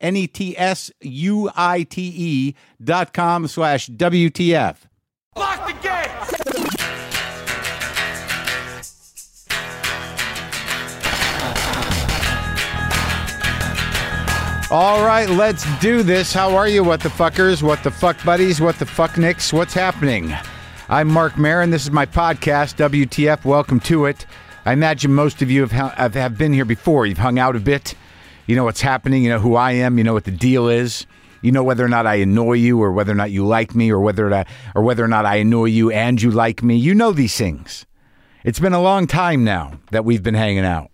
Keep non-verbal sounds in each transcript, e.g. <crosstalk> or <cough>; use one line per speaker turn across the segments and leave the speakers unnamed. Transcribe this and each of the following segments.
N E T S U I T E dot com slash WTF.
Lock the gate!
All right, let's do this. How are you, what the fuckers, what the fuck buddies, what the fuck nicks, what's happening? I'm Mark Marin. This is my podcast, WTF. Welcome to it. I imagine most of you have, have, have been here before. You've hung out a bit. You know what's happening. You know who I am. You know what the deal is. You know whether or not I annoy you, or whether or not you like me, or whether or not, or whether or not I annoy you and you like me. You know these things. It's been a long time now that we've been hanging out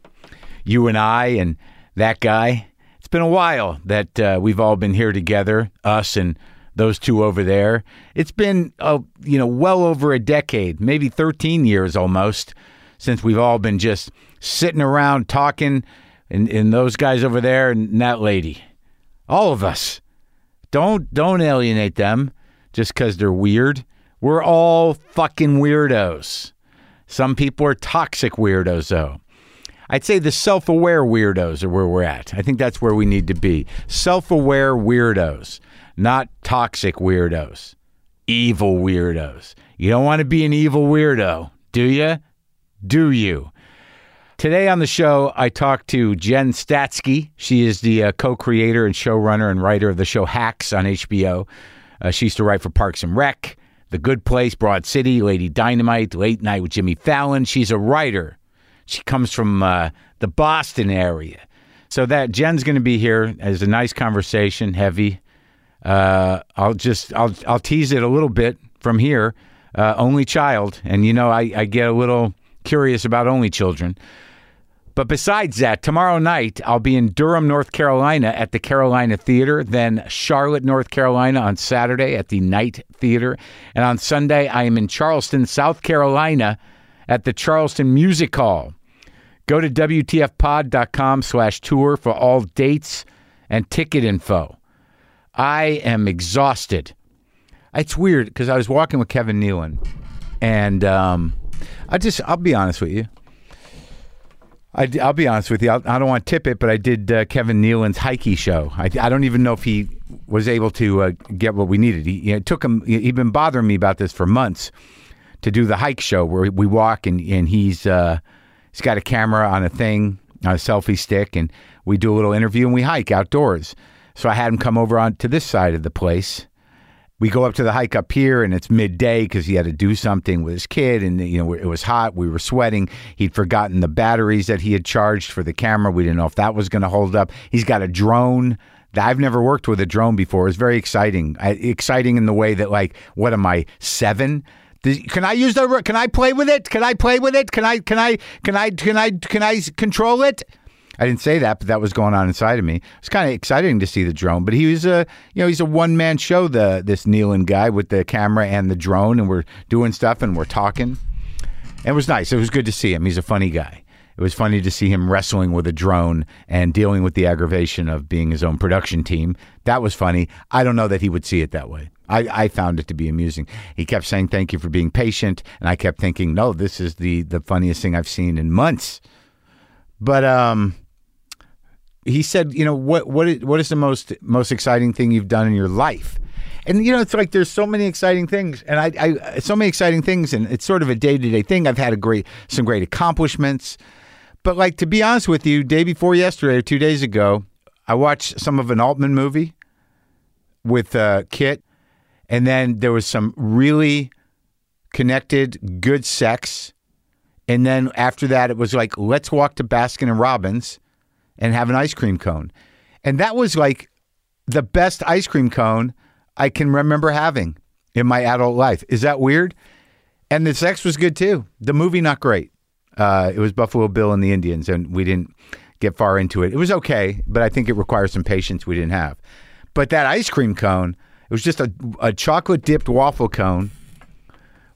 you and I and that guy. It's been a while that uh, we've all been here together, us and those two over there. It's been, uh, you know, well over a decade, maybe 13 years almost, since we've all been just sitting around talking and, and those guys over there and that lady. All of us. Don't don't alienate them just because they're weird. We're all fucking weirdos. Some people are toxic weirdos, though. I'd say the self aware weirdos are where we're at. I think that's where we need to be. Self aware weirdos, not toxic weirdos, evil weirdos. You don't want to be an evil weirdo, do you? Do you? Today on the show, I talked to Jen Statsky. She is the uh, co creator and showrunner and writer of the show Hacks on HBO. Uh, she used to write for Parks and Rec, The Good Place, Broad City, Lady Dynamite, Late Night with Jimmy Fallon. She's a writer. She comes from uh, the Boston area. So that Jen's going to be here as a nice conversation, heavy. Uh, I'll just I'll I'll tease it a little bit from here. Uh, only child, and you know I, I get a little curious about only children. But besides that, tomorrow night I'll be in Durham, North Carolina at the Carolina Theater, then Charlotte, North Carolina on Saturday at the Night Theater. And on Sunday, I am in Charleston, South Carolina at the Charleston Music Hall. Go to WTFpod.com slash tour for all dates and ticket info. I am exhausted. It's weird because I was walking with Kevin Nealon, and um, I just, I'll be honest with you. I, will be honest with you. I'll, I don't want to tip it, but I did uh, Kevin Nealon's Heike show. I, I don't even know if he was able to uh, get what we needed. He, you know, it took him. He, he'd been bothering me about this for months to do the hike show where we walk and and he's uh, he's got a camera on a thing on a selfie stick and we do a little interview and we hike outdoors. So I had him come over on to this side of the place we go up to the hike up here and it's midday because he had to do something with his kid and you know it was hot we were sweating he'd forgotten the batteries that he had charged for the camera we didn't know if that was going to hold up he's got a drone that i've never worked with a drone before it's very exciting I, exciting in the way that like what am i seven Does- can I use the? Can I play with it? Can I play with it? Can I? Can I? Can I? Can I? Can I s- control it? I didn't say that, but that was going on inside of me. It's kind of exciting to see the drone, but he was a you know he's a one man show. The this Nealon guy with the camera and the drone, and we're doing stuff and we're talking. And it was nice. It was good to see him. He's a funny guy. It was funny to see him wrestling with a drone and dealing with the aggravation of being his own production team. That was funny. I don't know that he would see it that way. I, I found it to be amusing. He kept saying thank you for being patient, and I kept thinking, no, this is the the funniest thing I've seen in months. But um, he said, you know, what what is, what is the most most exciting thing you've done in your life? And you know, it's like there's so many exciting things, and I, I so many exciting things, and it's sort of a day to day thing. I've had a great some great accomplishments, but like to be honest with you, day before yesterday or two days ago, I watched some of an Altman movie with uh, Kit, And then there was some really connected, good sex. And then after that, it was like, let's walk to Baskin and Robbins and have an ice cream cone. And that was like the best ice cream cone I can remember having in my adult life. Is that weird? And the sex was good too. The movie, not great. Uh, it was Buffalo Bill and the Indians, and we didn't get far into it. It was okay, but I think it requires some patience we didn't have. But that ice cream cone, it was just a, a chocolate dipped waffle cone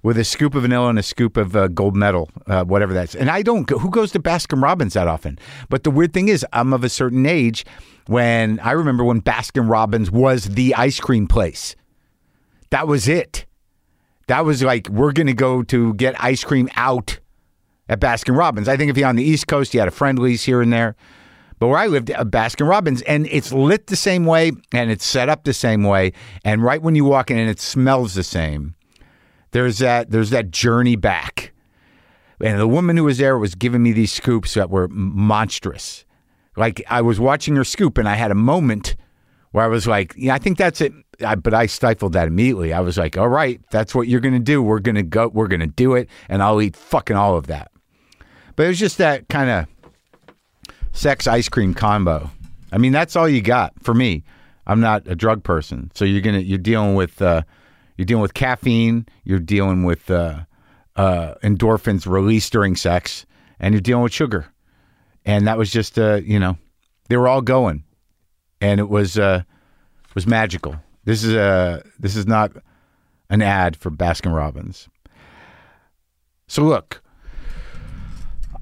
with a scoop of vanilla and a scoop of uh, gold medal, uh, whatever that's. And I don't go, who goes to Baskin Robbins that often? But the weird thing is, I'm of a certain age when I remember when Baskin Robbins was the ice cream place. That was it. That was like, we're going to go to get ice cream out at Baskin Robbins. I think if you're on the East Coast, you had a friendlies here and there. But where I lived, uh, Baskin Robbins, and it's lit the same way and it's set up the same way. And right when you walk in and it smells the same, there's that there's that journey back. And the woman who was there was giving me these scoops that were m- monstrous. Like I was watching her scoop, and I had a moment where I was like, "Yeah, I think that's it." I, but I stifled that immediately. I was like, "All right, that's what you're going to do. We're going to go. We're going to do it, and I'll eat fucking all of that." But it was just that kind of sex ice cream combo. I mean, that's all you got for me. I'm not a drug person, so you're gonna you're dealing with uh, you're dealing with caffeine, you're dealing with uh, uh, endorphins released during sex, and you're dealing with sugar. And that was just uh, you know, they were all going, and it was uh, was magical. This is a this is not an ad for Baskin Robbins. So look,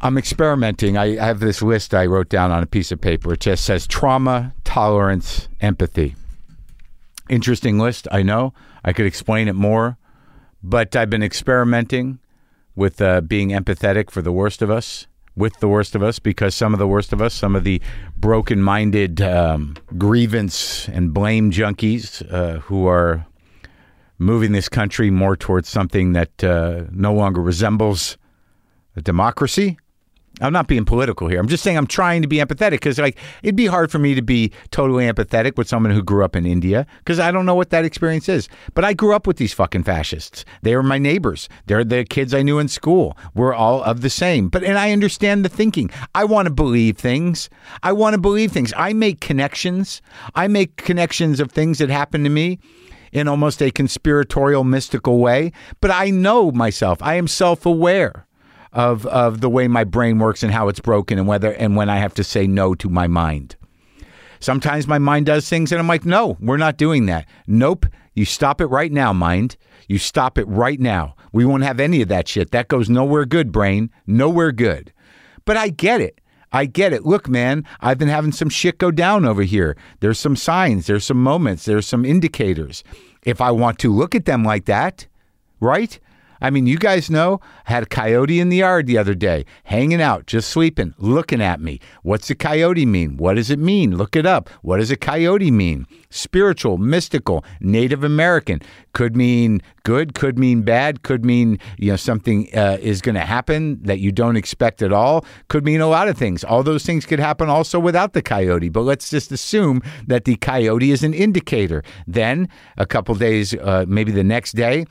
I'm experimenting. I, I have this list I wrote down on a piece of paper. It just says trauma, tolerance, empathy. Interesting list, I know. I could explain it more, but I've been experimenting with uh, being empathetic for the worst of us, with the worst of us, because some of the worst of us, some of the broken minded um, grievance and blame junkies uh, who are moving this country more towards something that uh, no longer resembles a democracy. I'm not being political here. I'm just saying I'm trying to be empathetic because, like, it'd be hard for me to be totally empathetic with someone who grew up in India because I don't know what that experience is. But I grew up with these fucking fascists. They were my neighbors. They're the kids I knew in school. We're all of the same. But and I understand the thinking. I want to believe things. I want to believe things. I make connections. I make connections of things that happen to me in almost a conspiratorial, mystical way. But I know myself. I am self-aware of of the way my brain works and how it's broken and whether and when I have to say no to my mind. Sometimes my mind does things and I'm like, "No, we're not doing that." Nope, you stop it right now, mind. You stop it right now. We won't have any of that shit. That goes nowhere good, brain. Nowhere good. But I get it. I get it. Look, man, I've been having some shit go down over here. There's some signs, there's some moments, there's some indicators. If I want to look at them like that, right? I mean, you guys know, I had a coyote in the yard the other day, hanging out, just sleeping, looking at me. What's a coyote mean? What does it mean? Look it up. What does a coyote mean? Spiritual, mystical, Native American. Could mean good, could mean bad, could mean, you know, something uh, is going to happen that you don't expect at all. Could mean a lot of things. All those things could happen also without the coyote, but let's just assume that the coyote is an indicator. Then, a couple days, uh, maybe the next day,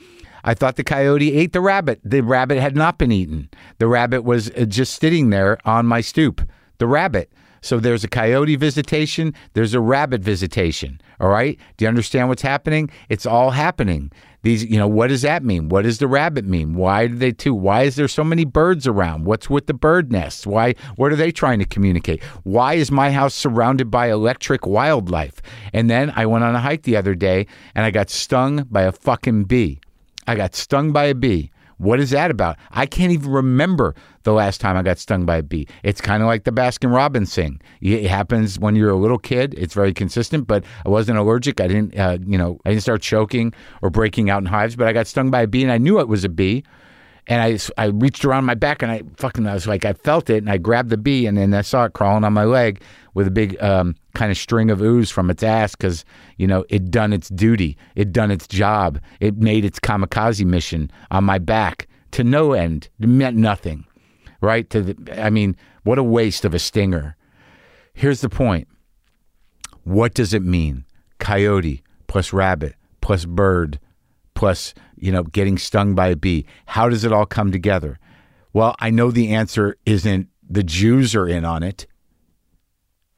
I thought the coyote ate the rabbit. The rabbit had not been eaten. The rabbit was uh, just sitting there on my stoop. The rabbit. So there's a coyote visitation, there's a rabbit visitation. All right? Do you understand what's happening? It's all happening. These, you know, what does that mean? What does the rabbit mean? Why do they too? Why is there so many birds around? What's with the bird nests? Why what are they trying to communicate? Why is my house surrounded by electric wildlife? And then I went on a hike the other day and I got stung by a fucking bee. I got stung by a bee. What is that about? I can't even remember the last time I got stung by a bee. It's kind of like the Baskin Robbins thing. It happens when you're a little kid. It's very consistent, but I wasn't allergic. I didn't, uh, you know, I didn't start choking or breaking out in hives. But I got stung by a bee, and I knew it was a bee. And I, s- I reached around my back, and I fucking, I was like, I felt it, and I grabbed the bee, and then I saw it crawling on my leg with a big um, kind of string of ooze from its ass because you know it done its duty, it done its job, it made its kamikaze mission on my back to no end. It meant nothing, right? To the, I mean, what a waste of a stinger. Here's the point: what does it mean? Coyote plus rabbit plus bird plus, you know, getting stung by a bee. How does it all come together? Well, I know the answer isn't the Jews are in on it.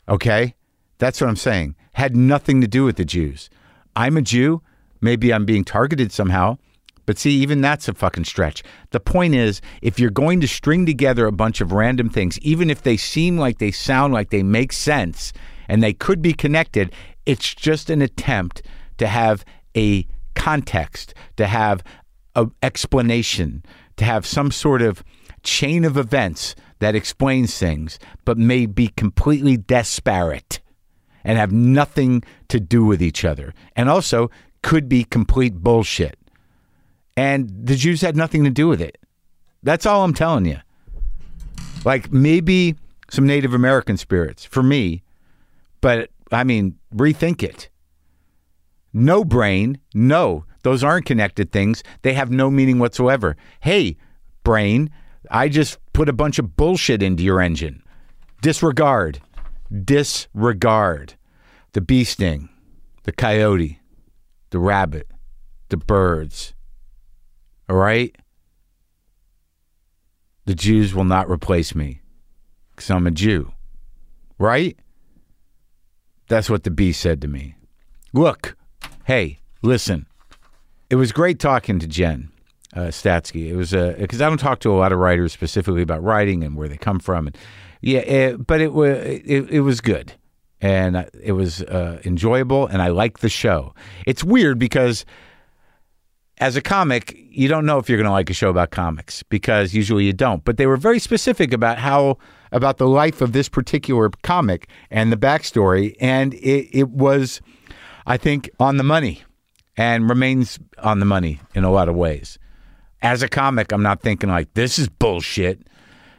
Okay? That's what I'm saying. Had nothing to do with the Jews. I'm a Jew. Maybe I'm being targeted somehow. But see, even that's a fucking stretch. The point is, if you're going to string together a bunch of random things, even if they seem like they sound like they make sense and they could be connected, it's just an attempt to have a context, to have an explanation, to have some sort of chain of events that explains things, but may be completely disparate and have nothing to do with each other. And also could be complete bullshit. And the Jews had nothing to do with it. That's all I'm telling you. Like maybe some Native American spirits for me, but I mean, rethink it. No brain, no. Those aren't connected things. They have no meaning whatsoever. Hey, brain, I just put a bunch of bullshit into your engine. Disregard. Disregard. The bee sting, the coyote, the rabbit, the birds. All right? The Jews will not replace me because I'm a Jew. Right? That's what the bee said to me. Look, hey, listen. It was great talking to Jen uh, Statsky. It was because I don't talk to a lot of writers specifically about writing and where they come from, and yeah, it, but it was it, it was good and uh, it was uh, enjoyable, and I liked the show. It's weird because as a comic, you don't know if you're going to like a show about comics because usually you don't. But they were very specific about how about the life of this particular comic and the backstory, and it, it was, I think, on the money, and remains on the money in a lot of ways. As a comic, I'm not thinking like this is bullshit.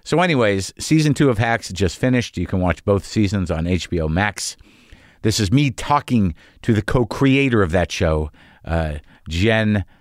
So, anyways, season two of Hacks just finished. You can watch both seasons on HBO Max. This is me talking to the co creator of that show, uh, Jen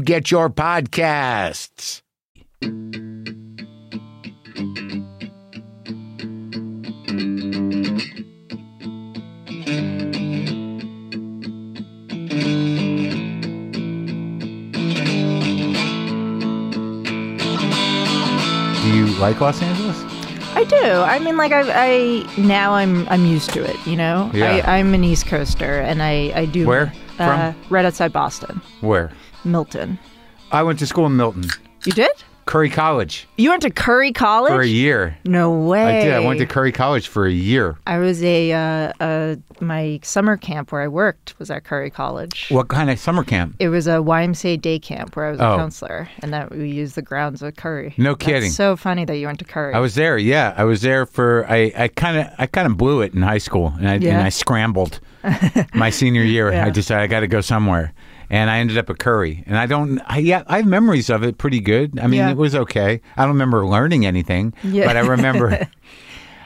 get your podcasts. Do you like Los Angeles?
I do. I mean, like I, I now I'm I'm used to it. You know,
Yeah.
I, I'm an East Coaster, and I I do
Where?
uh,
From?
right outside Boston,
Where?
Milton.
I went to school in Milton,
You did?
Curry College,
You went to Curry College?
for a year.
No way.
I did. I went to Curry College for a year.
I was a uh, uh, my summer camp where I worked was at Curry College.
What kind of summer camp?
It was a YMCA day camp where I was a
Oh.
counselor, and that we used the grounds of Curry.
No
That's
kidding.
so funny that you went to Curry.
I was there. Yeah, I was there for. I I kind of I kind of blew it in high school, and I and
Yeah.
I
<laughs>
scrambled my senior year. I
Yeah.
decided I got to go somewhere, and I ended up at Curry. And I don't. I, yeah, I have memories of it pretty good. I mean,
Yeah.
it was okay. I don't remember learning anything,
Yeah.
but I
<laughs>
remember.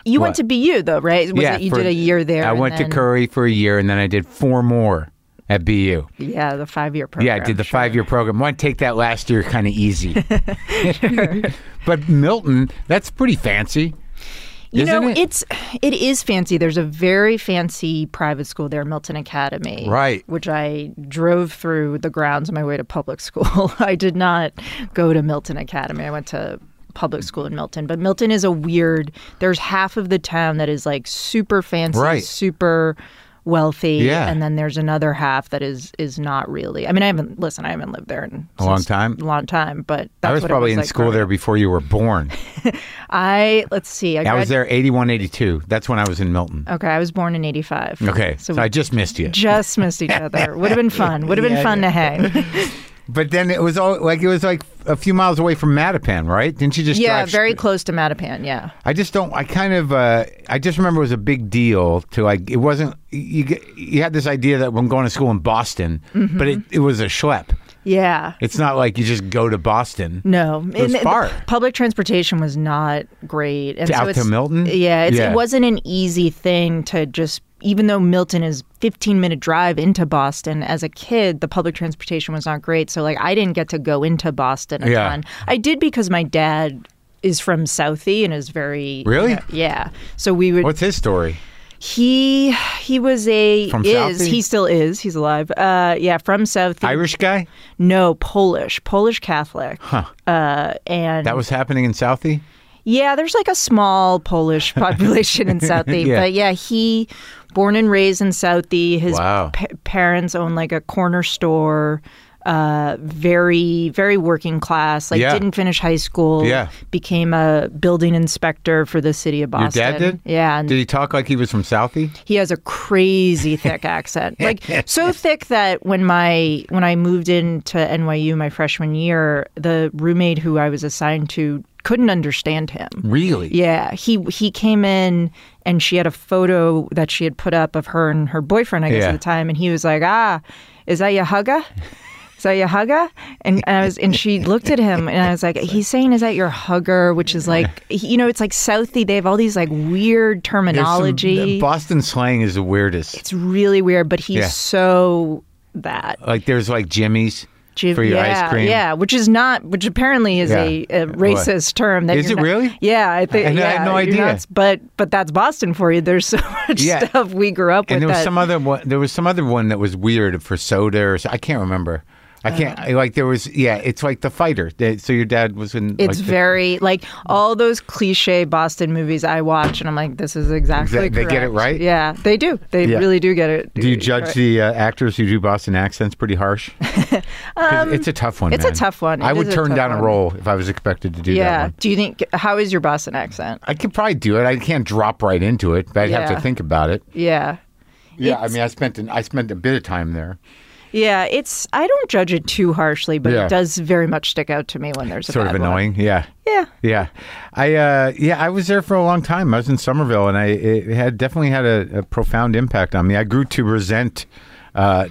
you
what?
went to BU though, right? Was
yeah,
it, you
for-
did a year there.
I
and
went
then-
to Curry for a year, and then I did four more at BU.
Yeah, the five year program.
Yeah, I did the
sure.
five year program. Want to take that last year kind of easy.
<laughs>
<laughs> but Milton, that's pretty fancy.
You
isn't
know,
it?
it's it is fancy. There's a very fancy private school there, Milton Academy,
Right.
Which I drove through the grounds on my way to public <laughs> school. I did not go to Milton Academy. I went to public school in Milton, but Milton is a weird. There's half of the town that is like super fancy,
Right.
super wealthy,
Yeah.
and then there's another half that is is not really. I mean, I haven't listen. I haven't lived there in
A long
since-
time?
long time. But that's
I was
what it
probably in
like
school
growing
there
up.
before you were born.
I let's see. I,
I was there
grad-
81, 82. That's when I was in Milton.
Okay, I was born in '85.
Okay, so,
so, we
I just missed you.
just missed each other. Would have been fun. Would have been
Yeah,
fun <laughs> to hang.
But then it was all like it was like a few miles away from Mattapan, right? Didn't you just
yeah,
drive
very close to Mattapan. Yeah.
I just don't. I kind of. Uh, I just remember it was a big deal to like. It wasn't. You get- you had this idea that I'm going to school in Boston,
Mm-hmm.
but it, it was a schlep.
Yeah.
It's not like you just go to Boston.
No,
It was
And the
far.
Public transportation was not great. And
To- out to
it's-
Milton?
Yeah, it's,
Yeah.
it wasn't an easy thing to just. Even though Milton is 15 minute drive into Boston, as a kid, the public transportation was not great. So like, I didn't get to go into Boston a
Yeah.
ton. I did because my dad is from Southie and is very you
Really?
know, yeah. So we would
What's his story?
he he was a
From
is
Southie?
he still is he's alive uh yeah from Southie
Irish guy?
no Polish Polish Catholic huh uh and
That was happening in Southie.
yeah, there's like a small
<laughs>
Polish population in Southie,
Yeah.
but yeah, he born and raised in Southie. His
Wow.
pa- parents owned like a corner store. Uh, very, very working class. Like,
Yeah.
didn't finish high school.
Yeah.
became a building inspector for the city of
Your
Boston.
dad did?
Yeah, and
Did he talk like he was from Southie?
he has a crazy thick accent like
<laughs>
so thick that when my when i moved into nyu my freshman year the roommate who i was assigned to couldn't understand him
Really?
yeah he he came in and she had a photo that she had put up of her and her boyfriend i guess
Yeah.
at the time and he was like ah is that your hugger is that your hugger? And, and I was, and she looked at him, and I was like, "He's saying, is that your hugger?" Which is like, you know, it's like Southie. They have all these like weird
There's some-
terminology.
the Boston slang is the weirdest.
It's really weird, but he's
Yeah.
so that.
Like there's like Jimmy's
Jim-
for your
yeah,
ice cream.
yeah, which is not, which apparently is a,
Yeah.
a racist term. That
Is
you're
it
not-
really?
Yeah, I think.
I know- I
yeah,
had no
you're
idea.
not- but but that's Boston for you. There's <laughs> so much
Yeah.
stuff we grew up
And
with.
there was
that-
some other one. There was some other one that was weird for soda or so, I can't remember. I can't
Uh-huh.
I- like there was yeah. It's like the fighter. They- So your dad was in.
it's
like, the-
very like all those cliche Boston movies I watch, and I'm like, this is exactly.
Exact- they get it
correct.
right?
Yeah, they do. They
Yeah.
really do get it.
Do you judge the uh, actors who do Boston accents pretty
<laughs>
harsh? 'Cause it's a tough one.
Um, it's a
man.
tough one.
I
It
would
is a
turn
tough
down a
one.
role if I was expected to do that
Yeah.
one.
Do you think how is your Boston accent?
I could probably do it. I can't drop right into it, but I'd have
Yeah.
to think about it.
Yeah.
Yeah, I
It's-
mean, I spent an, I spent a bit of time there.
Yeah, it's. I don't judge it too harshly, but
Yeah.
it does very much stick out to me when there's a
Sort of
bad one.
annoying. Yeah.
Yeah,
Yeah, I uh, yeah I was there for a long time. I was in Somerville, and I it had definitely had a, a profound impact on me. I grew to resent uh,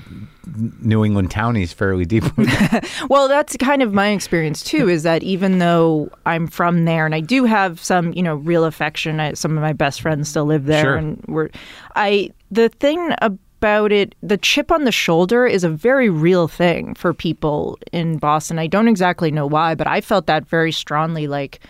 n- New England townies fairly
<laughs>
deeply.
Well, that's kind of my experience too. Is that even though I'm from there and I do have some, you know, real affection, I, some of my best friends still live there,
Sure.
and we're, I the thing about it, the chip on the shoulder is a very real thing for people in Boston. I don't exactly know why, but I felt that very strongly. Like,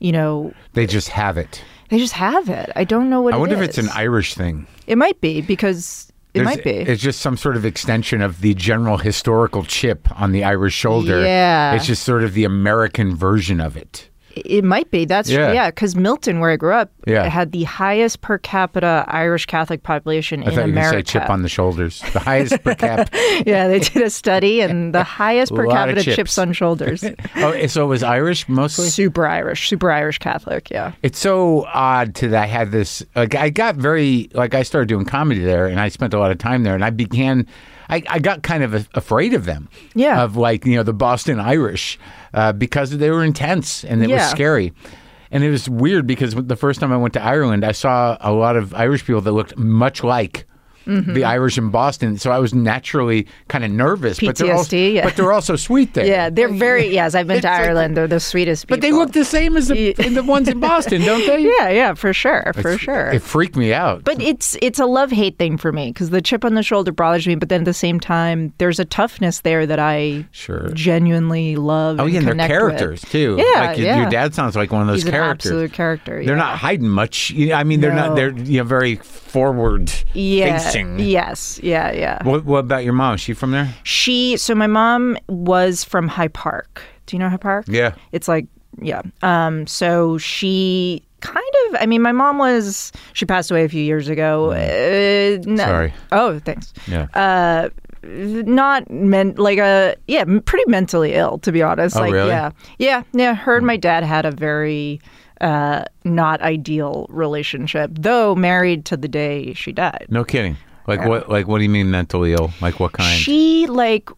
you know,
they just have it.
they just have it. I don't know what.
I
it
wonder if
is.
it's an Irish thing.
It might be because it
There's-
might be.
It's just some sort of extension of the general historical chip on the Irish shoulder.
Yeah.
It's just sort of the American version of it.
It might be. That's
Yeah.
yeah. Because Milton, where I grew up,
Yeah.
had the highest per capita Irish Catholic population
I
in
thought you were going to say
America.
chip on the shoulders, the highest per cap.
<laughs> yeah, they did a
<laughs>
study, and the highest
Lot
per
of
capita
chips.
chips.
<laughs>
on shoulders.
Oh, so it was Irish mostly.
super Irish, super Irish Catholic. Yeah,
It's so odd to that I had this like I got very like I started doing comedy there and I spent a lot of time there and I began I, I got kind of a, afraid of them.
Yeah.
Of like, you know, the Boston Irish uh, because they were intense and it was
Yeah.
scary. And it was weird because the first time I went to Ireland, I saw a lot of Irish people that looked much like
Mm-hmm.
the Irish in Boston. So I was naturally kind of nervous. But they're, also,
PTSD, yeah.
but they're also sweet there.
<laughs> yeah,
<laughs>
they're very yes. I've been
It's
to
like-
Ireland. they're the sweetest people.
But they look the same as the, the ones in Boston, don't they?
<laughs> yeah, yeah, for sure, for sure.
It freaked me out.
But it's it's a love hate thing for me because the chip on the shoulder bothers me, but then at the same time, there's a toughness there that I
Sure.
genuinely love.
Oh, yeah, and they're
connect with.
characters too.
Yeah,
like, your-
yeah.
Your dad sounds like one of those
He's an
characters.
absolute character.
They're
yeah.
not hiding much. You know, I mean, they're not.
No.
They're you know very forward
yeah,
facing.
Yes, yeah, yeah.
What, what about your mom? Is she from there?
She. So my mom was from High Park. Do you know High Park?
Yeah.
It's like yeah. Um. So she kind of i mean my mom was she passed away a few years ago uh,
Mm.
no-
Sorry.
oh thanks
Yeah.
uh not meant like a yeah m- pretty mentally ill to be honest
Oh,
like
really?
yeah yeah yeah her and my dad had a very uh not ideal relationship though married to the day she died
no kidding. Like
uh,
what? Like what do you mean mentally ill? Like what kind?
she like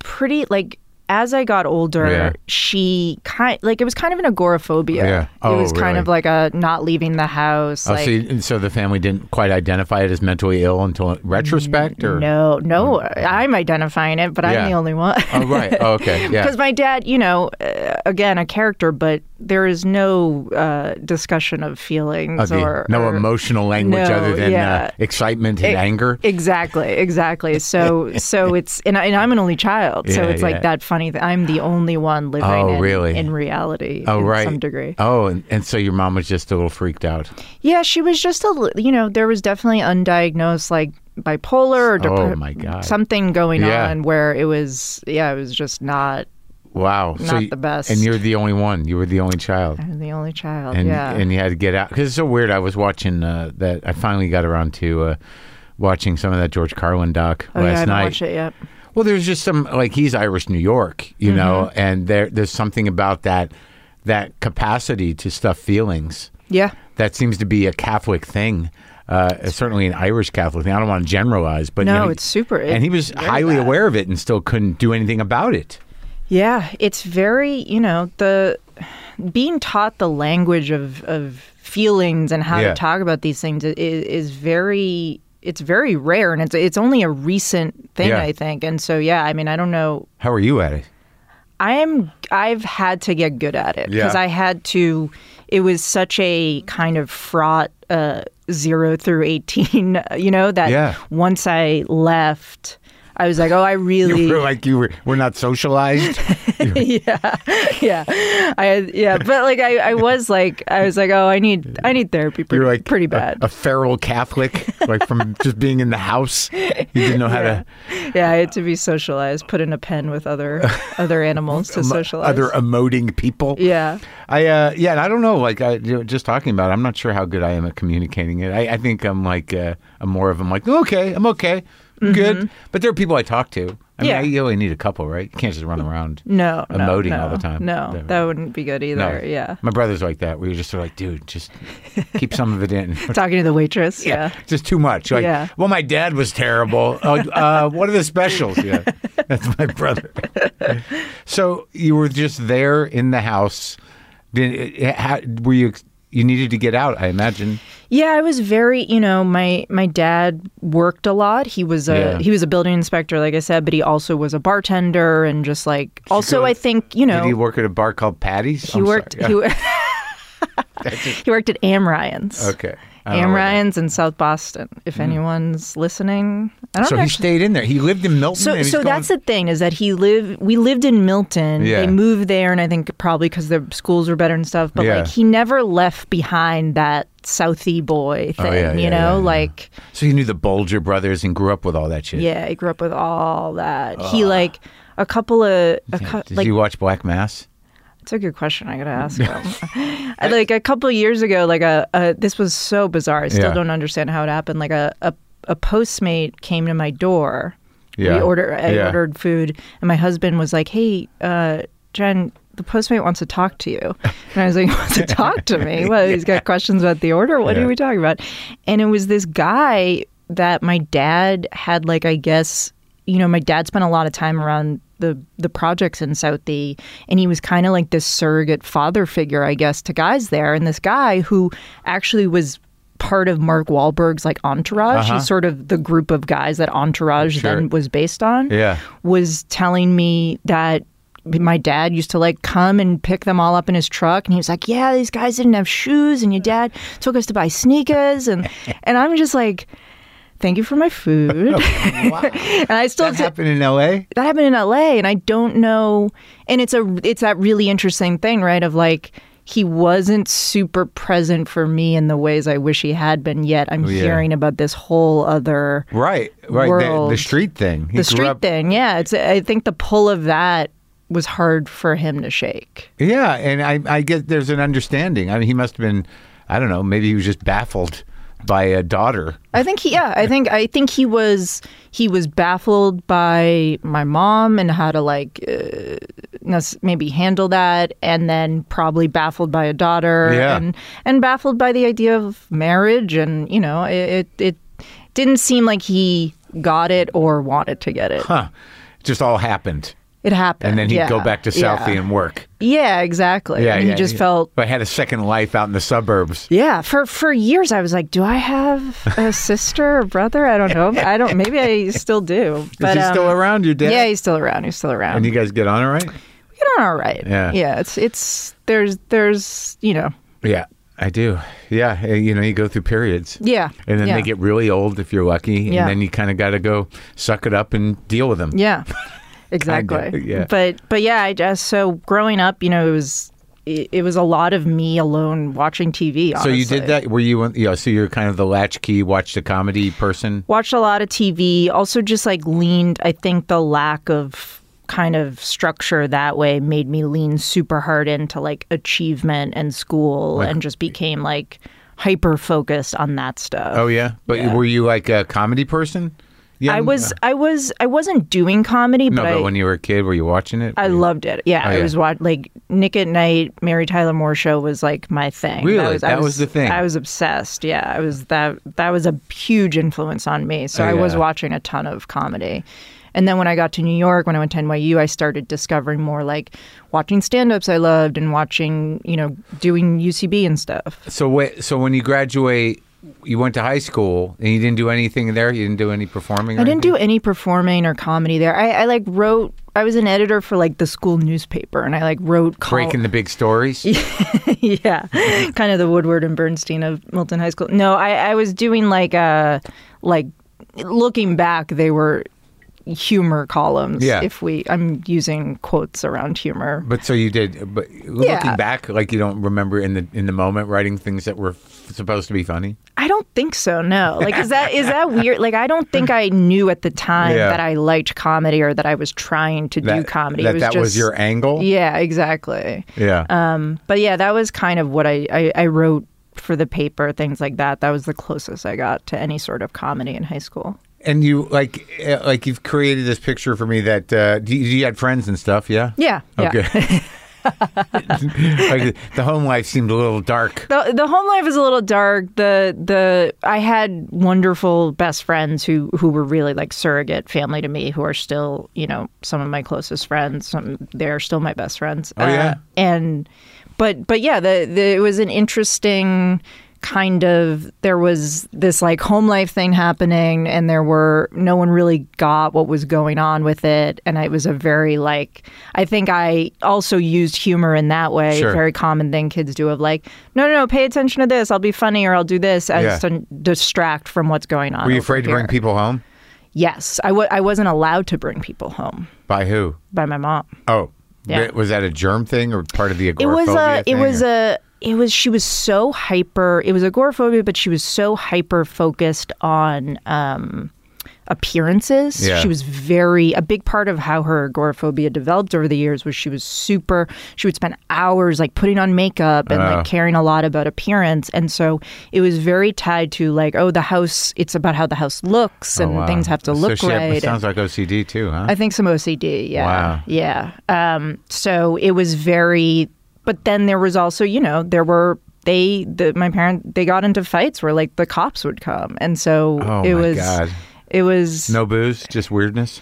pretty like as I got older,
Yeah.
she kind like it was kind of an agoraphobia.
Yeah. Oh,
it was kind
really?
of like a not leaving the house.
oh,
like,
so, you- so the family didn't quite identify it as mentally ill until retrospect, or
no, no, I'm identifying it, but
Mm. Yeah.
I'm the only one.
Oh right. Oh,
<laughs>
okay. Yeah.
Because my dad, you know, uh, again a character, but there is no uh, discussion of feelings
Of the-
or
no
or-
emotional language
No,
other than uh,
yeah.
excitement and
E-
anger.
Exactly,
<laughs>
exactly. So, so it's and, I, and I'm an only child, so
Yeah,
it's
yeah.
like that funny. Th- I'm the only one living.
Oh,
in,
really?
In reality,
oh
in
right.
some degree.
Oh, and, and so your mom was just a little freaked out.
Yeah, she was just a. li- You know, there was definitely undiagnosed like bipolar or
Oh,
depre-
my God.
something going
Yeah.
on where it was. Yeah, it was just not.
Wow. so
Not
you-
the best.
And you're the only one. You were the only child.
I'm the only child.
and
yeah.
and you had to get out because it's so weird. I was watching uh, that. I finally got around to uh, watching some of that George Carlin doc
Oh, yeah, I
last
didn't
night.
watch it yet.
Well, there's just some like he's Irish New York, you know,
Mm-hmm.
and there there's something about that that capacity to stuff feelings
Yeah.
that seems to be a Catholic thing. Uh, certainly an Irish Catholic thing. I don't want to generalize, but you
No,
know,
it's super- it's
and he was
very
highly
bad.
aware of it and still couldn't do anything about it.
Yeah, it's very, you know, the being taught the language of of feelings and how
Yeah.
to talk about these things is, is very it's very rare and it's it's only a recent thing
Yeah.
I think. And so yeah, I mean, I don't know
How are you at it?
I'm I've had to get good at it
Yeah.
because I had to. It was such a kind of fraught uh, zero through eighteen. <laughs> You know that
Yeah.
once I left, I was like, oh, I really
<laughs> You were like you were. We're not
<laughs>
socialized.
yeah i had- yeah but like I, I was like i was like oh i need i need therapy pretty,
You're like uh,
pretty
a-
bad
A, feral Catholic, like
<laughs>
from just being in the house. You didn't know how to
yeah i had to be socialized put in a pen
<laughs>
with other other animals to socialize
other emoting people.
yeah
I uh, yeah, and I don't know. Like I you know, just talking about, it, I'm not sure how good I am at communicating it. I, I think I'm like uh, I'm more of I'm like okay, I'm okay, I'm good. But there are people I talk to. I
Mm-hmm. Yeah.
mean, I, you only need a couple, right? You can't just run around.
no no,
Emoting
no,
all the time.
no
Never.
that wouldn't be good either yeah
my brother's like that. We were just sort of like, dude, just keep some of it
<laughs>
in. <laughs>
talking to the waitress yeah,
just too much. Like,
Yeah.
well, my dad was
<laughs>
terrible. Like, uh, what are the specials? Yeah, that's my
<laughs>
brother. so you were just there in the house. Did it, how, were you? You needed to get out, I imagine.
Yeah, I was very, you know, my my dad worked a lot. He was a
Yeah.
he was a building inspector like I said, but he also was a bartender and just like also
go-
I think, you know,
Did he work at a bar called Patty's?
he
I'm
worked
sorry.
he, wor- <laughs> he worked at Am Ryan's.
<laughs> okay. I don't know where
Am
that- Mm.
Ryan's in South Boston. If anyone's listening, I don't
So he
actually.
stayed in there. He lived in Milton.
so,
and he's
so
going-
that's the thing is that he lived. We lived in Milton.
Yeah.
They moved there, and I think probably because the schools were better and stuff. But
Yeah.
like, he never left behind that Southie boy
Oh,
thing.
yeah, yeah,
you know,
yeah, yeah.
like
So he knew the Bulger brothers and grew up with all that shit.
yeah, I grew up with all that. He like a couple of a cou-
Did
like
Ah. you watch Black Mass?
It's a good question. I
<laughs>
gotta ask him. like a couple of years ago, like a, a this was so bizarre. I still
Yeah.
don't understand how it happened. Like a a, a postmate came to my door.
Yeah.
We order. I
Yeah.
ordered food, and my husband was like, "Hey, uh, Jen." The postmate wants to talk to you, and I was like, <laughs> "Wants to talk
<laughs>
to me? Well, he's got questions about the order. What
Yeah.
are we talking about?" And it was this guy that my dad had, like, I guess you know, my dad spent a lot of time around the the projects in Southie, and he was kind of like this surrogate father figure, I guess, to guys there. And this guy who actually was part of Mark Wahlberg's like entourage, he's sort of the group of guys that Entourage
Uh-huh. Sure.
then was based on,
Yeah.
was telling me that my dad used to like come and pick them all up in his truck and he was like yeah these guys didn't have shoes and your dad took us to buy sneakers
<laughs>
and and i'm just like thank you for my
<laughs>
food <laughs> and i still
That happened in L.A.
that happened in LA and I don't know and it's a it's that really interesting thing, right? Of like he wasn't super present for me in the ways I wish he had been yet. I'm
Oh, yeah.
hearing about this whole other
Right, right. The, the
World.
street thing. He
the
grew
street
up-
thing. Yeah, it's I think the pull of that was hard for him to shake.
Yeah, and I, I get there's an understanding. I mean, he must have been I don't know, maybe he was just baffled by a daughter.
I think he yeah, I think I think he was he was baffled by my mom and how to like uh, nes- maybe handle that and then probably baffled by a daughter
Yeah.
and and baffled by the idea of marriage and you know, it it, it didn't seem like he got it or wanted to get it.
Huh. It just all happened.
It happened.
And then he'd
yeah,
go back to Southie
yeah.
and work.
Yeah, exactly.
Yeah,
and he
yeah,
just
yeah.
felt
I had a second life out in the suburbs.
Yeah, for for years I was like, do I have
<laughs>
a sister or brother? I don't know. But I don't. Maybe I still do. But
Is he
um,
still around, your dad?
Yeah, he's still around. He's still around.
And you
You,
guys get on all right?
are all right.
Yeah.
yeah. It's it's there's there's you know
Yeah, I do. Yeah, eh, you know, you go through periods.
yeah.
And then
yeah.
they get really old if you're lucky.
Yeah.
And then you kind of got to go suck it up and deal with them. <laughs>
Yeah, exactly.
yeah.
But but yeah, I just so growing up, you know, it was it, it was a lot of me alone watching TV.
So you
honestly.
did that? Were you, on- you know, so you're kind of the latchkey, watch the comedy person?
watched a lot of TV. Also, just like leaned, I think the lack of kind of structure that way made me lean super hard into like achievement and school and just became like hyper focused on that stuff.
Oh, yeah. But were you like a comedy person? Yeah.
I was, I was, I wasn't doing comedy,
No,
but,
but
I,
when you were a kid, were you watching it?
I loved it. Yeah,
Oh,
I
yeah.
was watch, like Nick at Night, Mary Tyler Moore show was like my thing.
Really? That was the thing.
I was obsessed. Yeah, I was that. That was a huge influence on me. So
Oh,
I was
yeah.
watching a ton of comedy. And then when I got to New York, when I went to NYU, I started discovering more like watching stand-ups I loved and watching, you know, doing UCB and stuff.
So wait, so when you graduate, you went to high school and you didn't do anything there. You didn't do any performing. Or
I didn't do any performing or comedy there. I, I like wrote. I was an editor for like the school newspaper, and I like wrote col-
breaking the big
<laughs>
stories. Yeah.
yeah, kind of the Woodward and Bernstein of Milton High School. No, I, I was doing like uh like looking back, they were humor columns.
Yeah.
If we, I'm using quotes around humor.
But so you did. But looking back, like you don't remember in the in the moment writing things that were f- supposed to be funny.
I don't think so. No, like is that is that weird? Like I don't think I knew at the time
Yeah.
that I liked comedy or that I was trying to do
That
comedy.
That
it was
that
just,
was your angle.
Yeah, exactly.
Yeah.
Um, but yeah, that was kind of what I, I, I wrote for the paper, things like that. That was the closest I got to any sort of comedy in high school.
and you like eh, like you've created this picture for me that uh, do you, you had friends and stuff. Yeah.
Yeah. yeah. <laughs>
Okay. <laughs> like the home life seemed a little dark.
The, the home life is a little dark. The the I had wonderful best friends who who were really like surrogate family to me, who are still you know some of my closest friends. Some they're still my best friends. Uh,
Oh, yeah?
and but but yeah, the, the it was an interesting kind of there was this like home life thing happening and there were no one really got what was going on with it and it was a very like I think I also used humor in that way
Sure.
very common thing kids do of like no no no pay attention to this I'll be funny or I'll do this as
Yeah.
to distract from what's going on
Were you
over
afraid to
here.
bring people home?
yes I w- I wasn't allowed to bring people home
By who?
by my mom
Oh,
Yeah.
was that a germ thing or part of the
it was
agoraphobia?
a it
thing,
was
or-
a it was she was so hyper it was agoraphobia but she was so hyper focused on um appearances
Yeah.
she was very a big part of how her agoraphobia developed over the years was she was super she would spend hours like putting on makeup and
Oh.
like caring a lot about appearance and so it was very tied to like oh the house it's about how the house looks and
Oh, Wow.
things have to
So
look
she had-
right
It
and-
sounds like OCD too, huh?
I think some OCD. Yeah.
Wow.
Yeah. Um, so it was very, but then there was also, you know, there were they the my parent they got into fights where like the cops would come, and so
Oh,
it
my
was
God.
it was
no booze, just weirdness.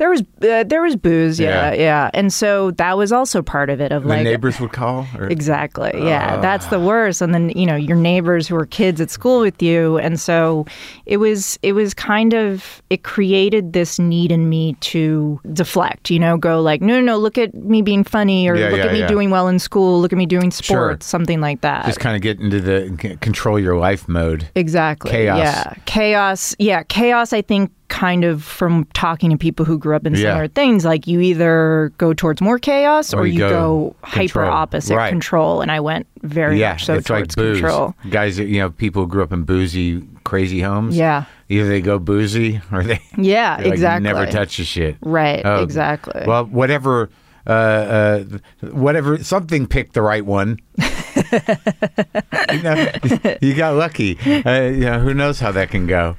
there was uh, there was booze. Yeah,
Yeah.
yeah, and so that was also part of it of
The
like.
neighbors would call. Or, Uh,
Exactly. Yeah, that's the worst. And then you know your neighbors who were kids at school with you, and so it was it was kind of it created this need in me to deflect. You know, go like, no, no, no, look at me being funny, or
Yeah,
look
yeah,
at me
yeah.
doing well in school, look at me doing sports, something like that.
Just kind of get into the c- control your life mode.
Exactly.
Chaos.
Yeah. Chaos. Yeah. Chaos, I think, kind of from talking to people who grew up in
Yeah.
similar things, like you either go towards more chaos or,
Or you
you
go
go,
control.
hyper opposite
Right.
control. And I went very
yeah,
much so
it's like
towards
booze.
control.
Guys, that, you know, people who grew up in boozy, crazy homes.
Yeah.
Either they go boozy or they
<laughs> Yeah,
they're <laughs> like,
exactly.
never touch the shit.
Right,
Oh,
exactly.
Well, whatever, uh, uh, whatever, something picked the right one. you, know, <laughs> you got lucky. Uh, you know, who knows how that can go?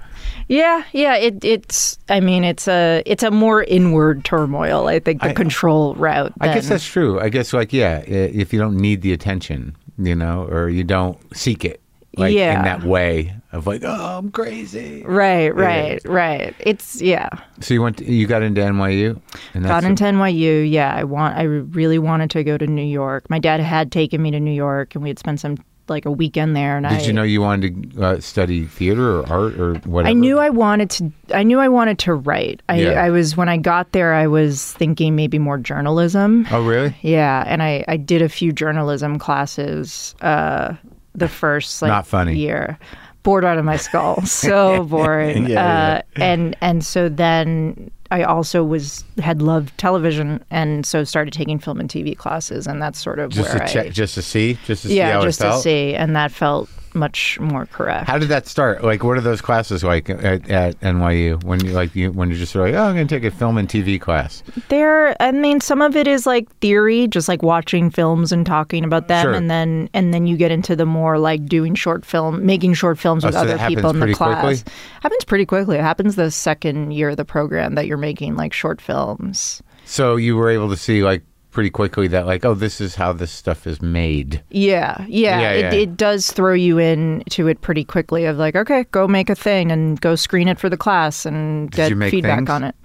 Yeah, yeah. It, it's. I mean, it's a it's a more inward turmoil. I think the
I-
control route.
I guess
than-
that's true. I guess like yeah, i- if you don't need the attention, you know, or you don't seek it, like in
Yeah.
that way of like, oh, I'm crazy.
right, right, right. It's yeah.
So you went, you got into NYU, and
Got
that's-
into NYU. Yeah, I want. I really wanted to go to New York. My dad had taken me to New York, and we had spent some like a weekend there. And I,
Did you know you wanted to uh, study theater or art or whatever?
I knew I wanted to. I knew I wanted to write. I,
Yeah.
I was when I got there. I was thinking maybe more journalism.
Oh, really?
Yeah, and I I did a few journalism classes. Uh, the first like
Not funny.
year, bored out of my
<laughs>
skull, so boring.
Yeah,
uh, And and so then I also was had loved television, and so started taking film and TV classes, and that's sort of
Just
where
to check,
I
just to see, just to see
yeah
how
just
it
to
felt.
see, and that felt much more correct.
How did that start? Like, what are those classes like at, at NYU when you like you when you're just sort of like, oh, I'm going to take a film and TV class?
There, I mean, some of it is like theory, just like watching films and talking about them,
Sure.
and then and then you get into the more like doing short film, making short films
Oh,
with
so
other
that
people
happens
in the
pretty
class.
quickly?
Happens pretty quickly. It happens the second year of the program that you're making like short films.
So you were able to see like pretty quickly that like, oh, this is how this stuff is made.
Yeah, yeah,
Yeah,
it,
yeah.
it does throw you in to it pretty quickly. Of like, okay, go make a thing and go screen it for the class and
Did
get
you make
feedback
things?
on it.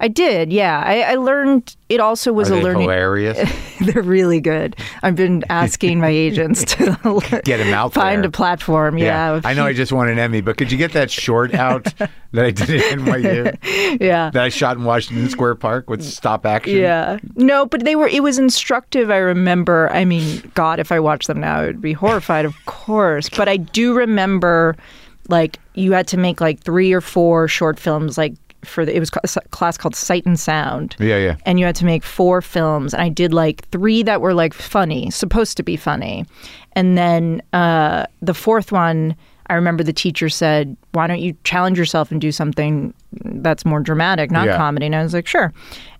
I did, yeah. I, I learned. It also was
Are
a
they
learning. <laughs>
hilarious?
They're really good. I've been asking my agents to
<laughs> Get 'em out
find
there.
a platform. Yeah,
I know I just won an Emmy, but could you get that short out that I did at NYU
<laughs> <laughs> yeah,
that I shot in Washington Square Park with stop action?
yeah. No, but they were. It was instructive. I remember. I mean, God, if I watched them now, I would be
<laughs>
horrified, of course. But I do remember, like, you had to make like three or four short films, like for the, it was ca- a class called Sight and Sound.
Yeah, yeah.
and you had to make four films and i did like three that were like funny supposed to be funny and then uh, the fourth one i remember the teacher said why don't you challenge yourself and do something that's more dramatic not
Yeah.
comedy and i was like sure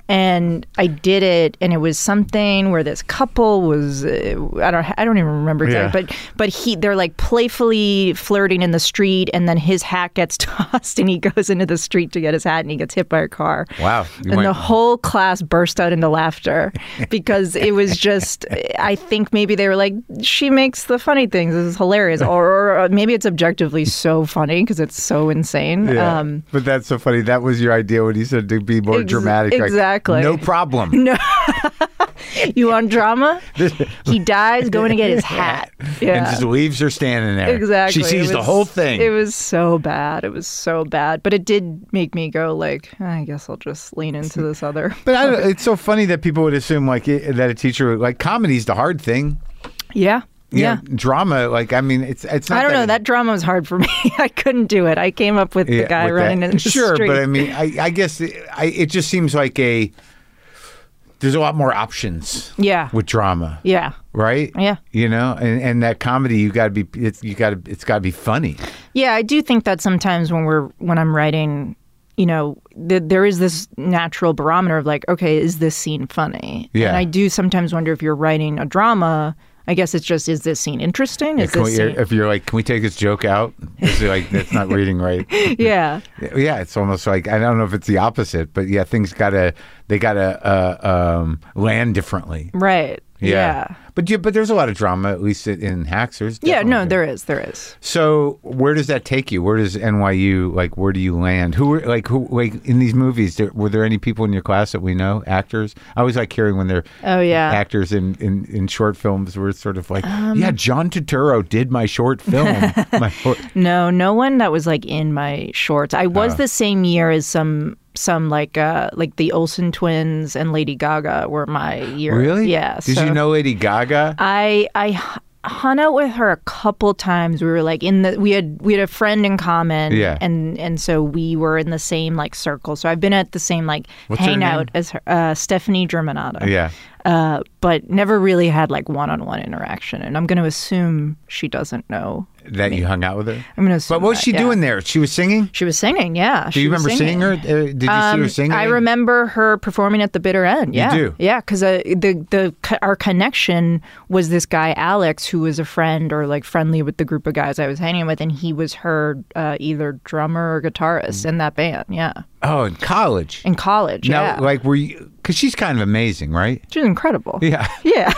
and I did it, and it was something where this couple was uh, I don't I don't even remember exactly,
Yeah.
but but he they're like playfully flirting in the street, and then his hat gets <laughs> tossed, and he goes into the street to get his hat, and he gets hit by a car
Wow. You
and
went-
the whole class burst out into laughter because it was just i think maybe they were like she makes the funny things this is hilarious or, or maybe it's objectively so funny because it's so insane
Yeah. but that's so funny. That was your idea when you said to be more
um, Ex-
dramatic. like,
exactly.
no
<laughs>
problem. No.
you want drama he dies going to get his hat
<laughs> And
yeah
just leaves her standing there.
exactly
She sees
It
the
was-
whole thing.
it was so bad it was so bad but it did make me go like i guess i'll just lean into
<laughs>
this other <laughs>
but I don't, it's so funny that people would assume like it, that a teacher would, like comedy's the hard thing.
yeah
You
yeah
know, drama. Like I mean, it's it's not.
I don't know.
it-
That drama was hard for me. <laughs> I couldn't do it. I came up with the
Yeah,
guy
with
running
that.
in
<laughs>
the
sure,
street.
but I mean, I, I guess it, I, it just seems like a there's a lot more options.
Yeah.
with drama,
yeah,
right?
Yeah.
you know, and, and that comedy you got to be it's, you got to it's got to be funny.
yeah. I do think that sometimes when we're when I'm writing, you know, th- there is this natural barometer of like, okay, is this scene funny?
Yeah.
And I do sometimes wonder if you're writing a drama. I guess it's just is this scene interesting? Is
Can
this
we,
scene?
if you're like, can we take this joke out? It's like that's not reading
<laughs>
right.
yeah.
Yeah, it's almost like I don't know if it's the opposite, but yeah, things gotta they gotta uh, um, land differently.
Right. Yeah.
but you, but there's a lot of drama at least in hacks. There's
Yeah, no,
definitely-
there is. There is.
So where does that take you? Where does NYU like? Where do you land? Who were like who like in these movies? There, were there any people in your class that we know? Actors? I always like hearing when they're
Oh, yeah. Um,
actors in in, in short films were sort of like yeah John Turturro did my short
<laughs>
film. <laughs> my short-
No, no one that was like in my shorts. I
Uh.
was the same year as some some like uh like the Olsen twins and Lady Gaga were my year.
really?
Yeah.
Did
so
you know Lady
<laughs>
Gaga?
I I h- hung out with her a couple times. We were like in the we had we had a friend in common.
Yeah.
And and so we were in the same like circle. So I've been at the same like
What's her name?
hangout as her, uh, Stephanie Germanata.
Yeah.
uh, but never really had like one-on-one interaction. And I'm going to assume she doesn't know.
That you hung out with her.
I'm going to assume.
But what was
that,
she
yeah.
doing there? She was singing.
She was singing. Yeah.
Do you remember seeing her? Uh, did you see her singing?
Um, I remember her performing at the bitter end. Yeah,
do?
yeah, because uh, the the co- our connection was this guy Alex, who was a friend or like friendly with the group of guys I was hanging with, and he was her uh, either drummer or guitarist in that band. Yeah,
Oh, in college.
in college.
Mm-hmm. Now,
yeah,
like, were you? Because she's kind of amazing, right?
she's incredible.
Yeah.
yeah.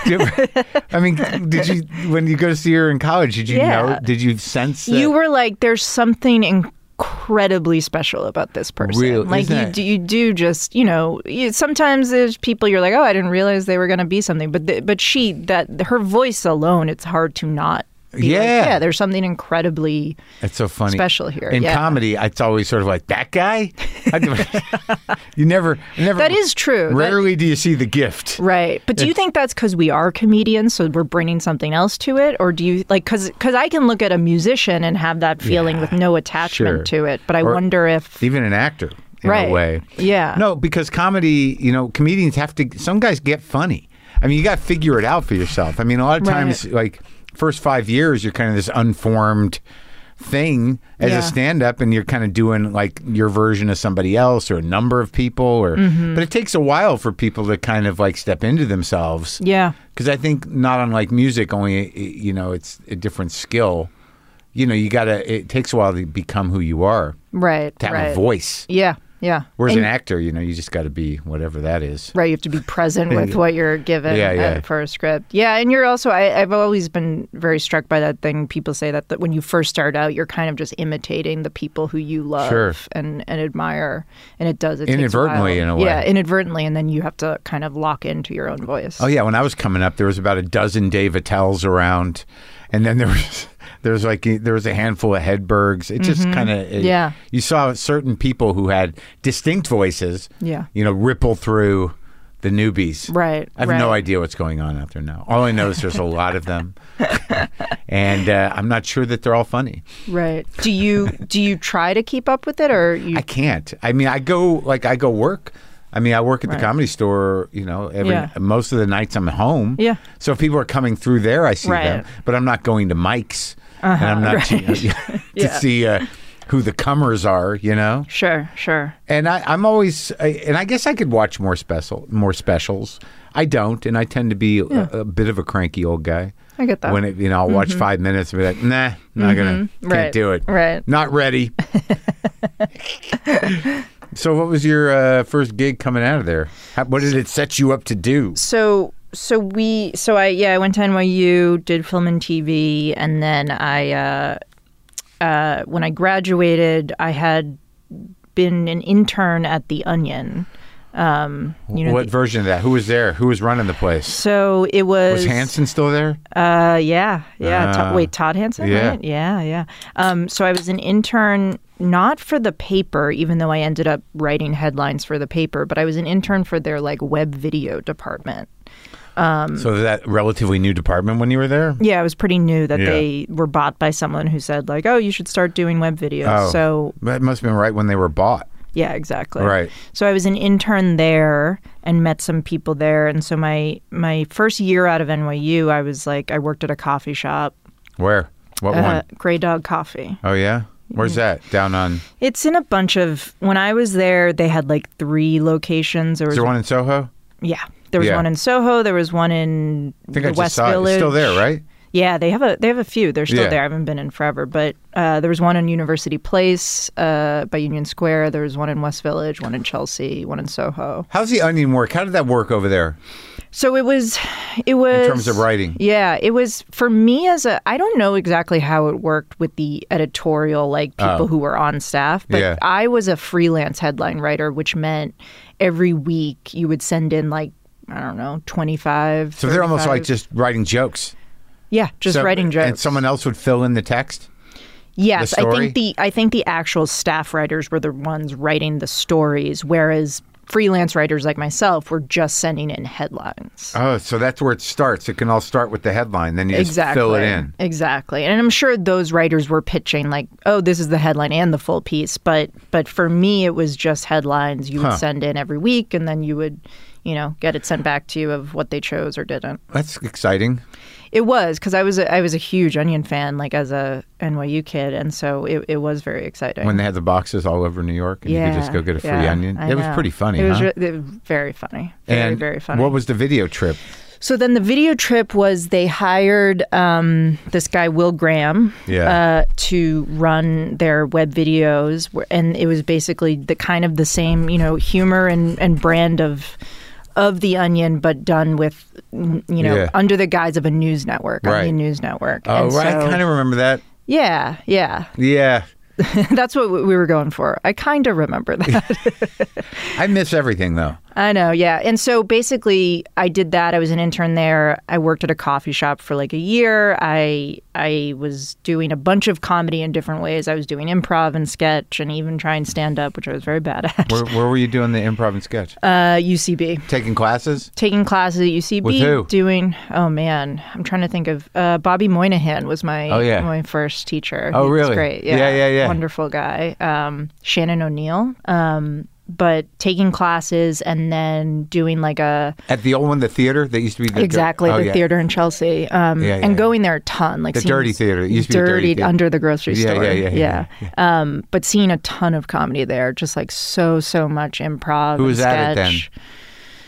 I mean, did you when you go to see her in college? Did you
Yeah.
know? Did you sense that?
you were like, there's something incredibly special about this person.
Really?
like
Isn't
you
it?
do, you do just, you know, you, sometimes there's people you're like, oh, I didn't realize they were going to be something, but the, but she that her voice alone, it's hard to not. Be
Yeah.
like, yeah. There's something incredibly.
That's so funny.
special here,
in
yeah.
comedy. It's always sort of like that
<laughs>
guy. I do- <laughs> you never, you never.
That is true. That-
Rarely do you see the gift.
Right. But do you think that's because we are comedians, so we're bringing something else to it? Or do you like, because I can look at a musician and have that feeling with no attachment
sure.
to it, but I
Or-
wonder if.
Even an actor, in
Right.
a way.
Yeah.
No, because comedy. You know, comedians have to. Some guys get funny. I mean, you got to figure it out for yourself. I mean, a lot of
Right.
times, like first five years, you're kind of this unformed thing as
Yeah.
a stand-up and you're kind of doing like your version of somebody else or a number of people or
Mm-hmm.
but it takes a while for people to kind of like step into themselves
Yeah.
because I think not unlike music, only you know it's a different skill. You know, you gotta. It takes a while to become who you are,
Right.
to have
right.
a voice.
Yeah, yeah.
Whereas
And-
an actor, you know, you just got to be whatever that is.
right, you have to be present
<laughs>
with what you're given
Yeah,
uh,
yeah.
for a script. Yeah, and you're also I, I've always been very struck by that thing. People say that, that when you first start out, you're kind of just imitating the people who you love
Sure.
and, and admire, and it does it takes a
Inadvertently,
while.
in a way.
Yeah, inadvertently, and then you have to kind of lock into your own voice.
Oh yeah, when I was coming up, there was about a dozen Dave Attell's around, and then there was <laughs> there was like there was a handful of Hedbergs. It just kind of
Mm-hmm. Yeah.
You saw certain people who had distinct voices.
Yeah.
You know, ripple through the newbies.
Right,
I have
right.
no idea what's going on out there now. All I know is there's a lot of
<laughs>
them, and uh, I'm not sure that they're all funny.
Right. Do you do you try to keep up with it, or you?
I can't. I mean, I go like I go work. I mean, I work at the
Right.
comedy store. You know, every
Yeah.
most of the nights I'm home.
Yeah.
So if people are coming through there, I see them.
Right. Uh-huh.
But I'm not going to mics, and I'm
<laughs>
not <laughs> to, to
Yeah.
see uh, who the comers are. You know.
sure, sure.
And I, I'm always, I, and I guess I could watch more special, more specials. I don't, and I tend to be a- a, bit of a cranky old guy.
I get that. Mm-hmm.
When it, you know, I'll watch five minutes and be like, nah, not gonna, can't
Right.
do it.
Right.
Not
<laughs>
ready. so, what was your uh, first gig coming out of there? How, what did it set you up to do?
so so we so I yeah I went to NYU did film and TV and then I uh, uh, when I graduated I had been an intern at the Onion. Um, you know,
what
the-
version of that? Who was there? Who was running the place?
so it was,
Was Hanson still there?
Uh, yeah, yeah. To-
Ah.
wait, Todd Hanson.
Yeah.
right? yeah, yeah. Um, so I was an intern, not for the paper, even though I ended up writing headlines for the paper, but I was an intern for their like web video department. um,
so that relatively new department when you were there.
Yeah, it was pretty new that
Yeah.
they were bought by someone who said like, "Oh, you should start doing web videos."
Oh.
So
That must have been right when they were bought.
yeah, exactly.
Right.
So I was an intern there and met some people there, and so my my first year out of NYU, I was like, I worked at a coffee shop,
Where? What
uh,
one?
Grey Dog Coffee.
Oh yeah, where's that? Down on.
It's in a bunch of. When I was there, they had like three locations. There
Is
was
there one in Soho?
yeah, there was
Yeah.
one in Soho. There was one in
I think
the
I just
West
saw it.
Village.
It's still there, right?
Yeah, they have a they have a few. They're still
Yeah.
there. I haven't been in forever, but uh, there was one in University Place uh, by Union Square. There was one in West Village, one in Chelsea, one in Soho.
How's the Onion work? How did that work over there?
So it was, it was
terms of writing.
Yeah, it was for me as a. I don't know exactly how it worked with the editorial, like people who were on staff, but
Oh. Yeah.
I was a freelance headline writer, which meant every week you would send in like. I don't know, 25.
So they're almost like
35.
just writing jokes.
yeah, just
So-
writing jokes.
And someone else would fill in the text.
Yes, I
story?
think the I think the actual staff writers were the ones writing the stories, whereas freelance writers like myself were just sending in headlines.
Oh, so that's where it starts. It can all start with the headline, then you just
exactly.
fill it in.
Exactly. And I'm sure those writers were pitching like, "Oh, this is the headline and the full piece." But but for me it was just headlines you would send in every week and then you would you know, get it sent back to you of what they chose or didn't.
That's exciting.
It was because I was a, I was a huge Onion fan, like as a NYU kid, and so it, it was very exciting.
When they had the boxes all over New York and you could just go get a free
yeah,
onion.
I
it was
know.
pretty funny,
It was,
huh?
re- it was very funny, very
and
very funny.
What was the video trip?
So then the video trip was they hired um, this guy Will Graham
Yeah.
uh, to run their web videos, wh- and it was basically the kind of the same you know humor and, and brand of of the Onion, but done with mm, you know
Yeah.
under the guise of a news network,
Right.
Onion News Network.
Oh,
And
right.
so-
I kind of remember that.
yeah, yeah. <laughs>
Yeah.
That's what we were going for. I kind of remember that.
I miss everything though.
I know, yeah. And so basically, I did that. I was an intern there. I worked at a coffee shop for like a year. I I was doing a bunch of comedy in different ways. I was doing improv and sketch, and even trying stand up, which I was very bad at.
Where, where were you doing the improv and sketch?
Uh, UCB,
Taking classes?
taking classes at UCB.
With who?
Doing oh man, I'm trying to think of uh, Bobby Moynihan was my
Oh, yeah.
my first teacher.
Oh,
He was
really?
great.
Yeah,
Yeah,
yeah, yeah.
Wonderful guy. Um, Shannon O'Neill. Um, but taking classes and then doing like a
At the old one, the theater that used to be the
Exactly,
oh,
the
yeah.
theater in Chelsea, um,
Yeah, yeah,
and
yeah.
going there a ton, like
The
seeing
dirty
this
theater. It used to be the dirty
dirty
theater.
under the grocery
Yeah,
store,
yeah, yeah, yeah,
Um, but seeing a ton of comedy there, just like so, so much improv.
Who was
and
at it then?
sketch.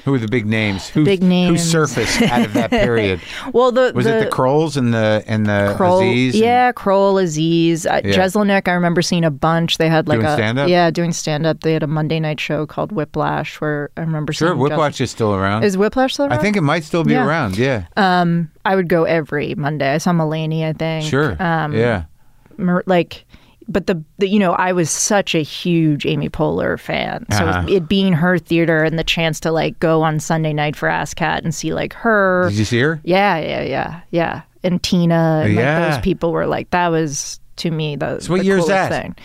Who were the big names? Who,
big
Who
names.
surfaced out of
<laughs>
that period?
Well, the
Was it the Crolls and the and the
Kroll,
Aziz? and-
yeah, Kroll, Aziz, uh,
Yeah.
Jeselnik. I remember seeing a bunch. They had like
Doing
a
stand-up?
yeah, doing stand up. They had a Monday night show called Whiplash, where I remember
sure.
seeing
Whiplash is still around.
Josel- Is Whiplash still
I
around?
think it might still be
Yeah. Uh,
around. Yeah,
I would go every Monday. I saw Mulaney, I think. Um,
sure. yeah,
mer- like but the, the you know i was such a huge amy poehler fan so
Uh-huh.
it being her theater and the chance to like go on sunday night for ascat and see like her
did you see her?
yeah yeah yeah yeah and tina and
Yeah.
like, those people were like that was to me the,
what
the
year is
coolest
that?
thing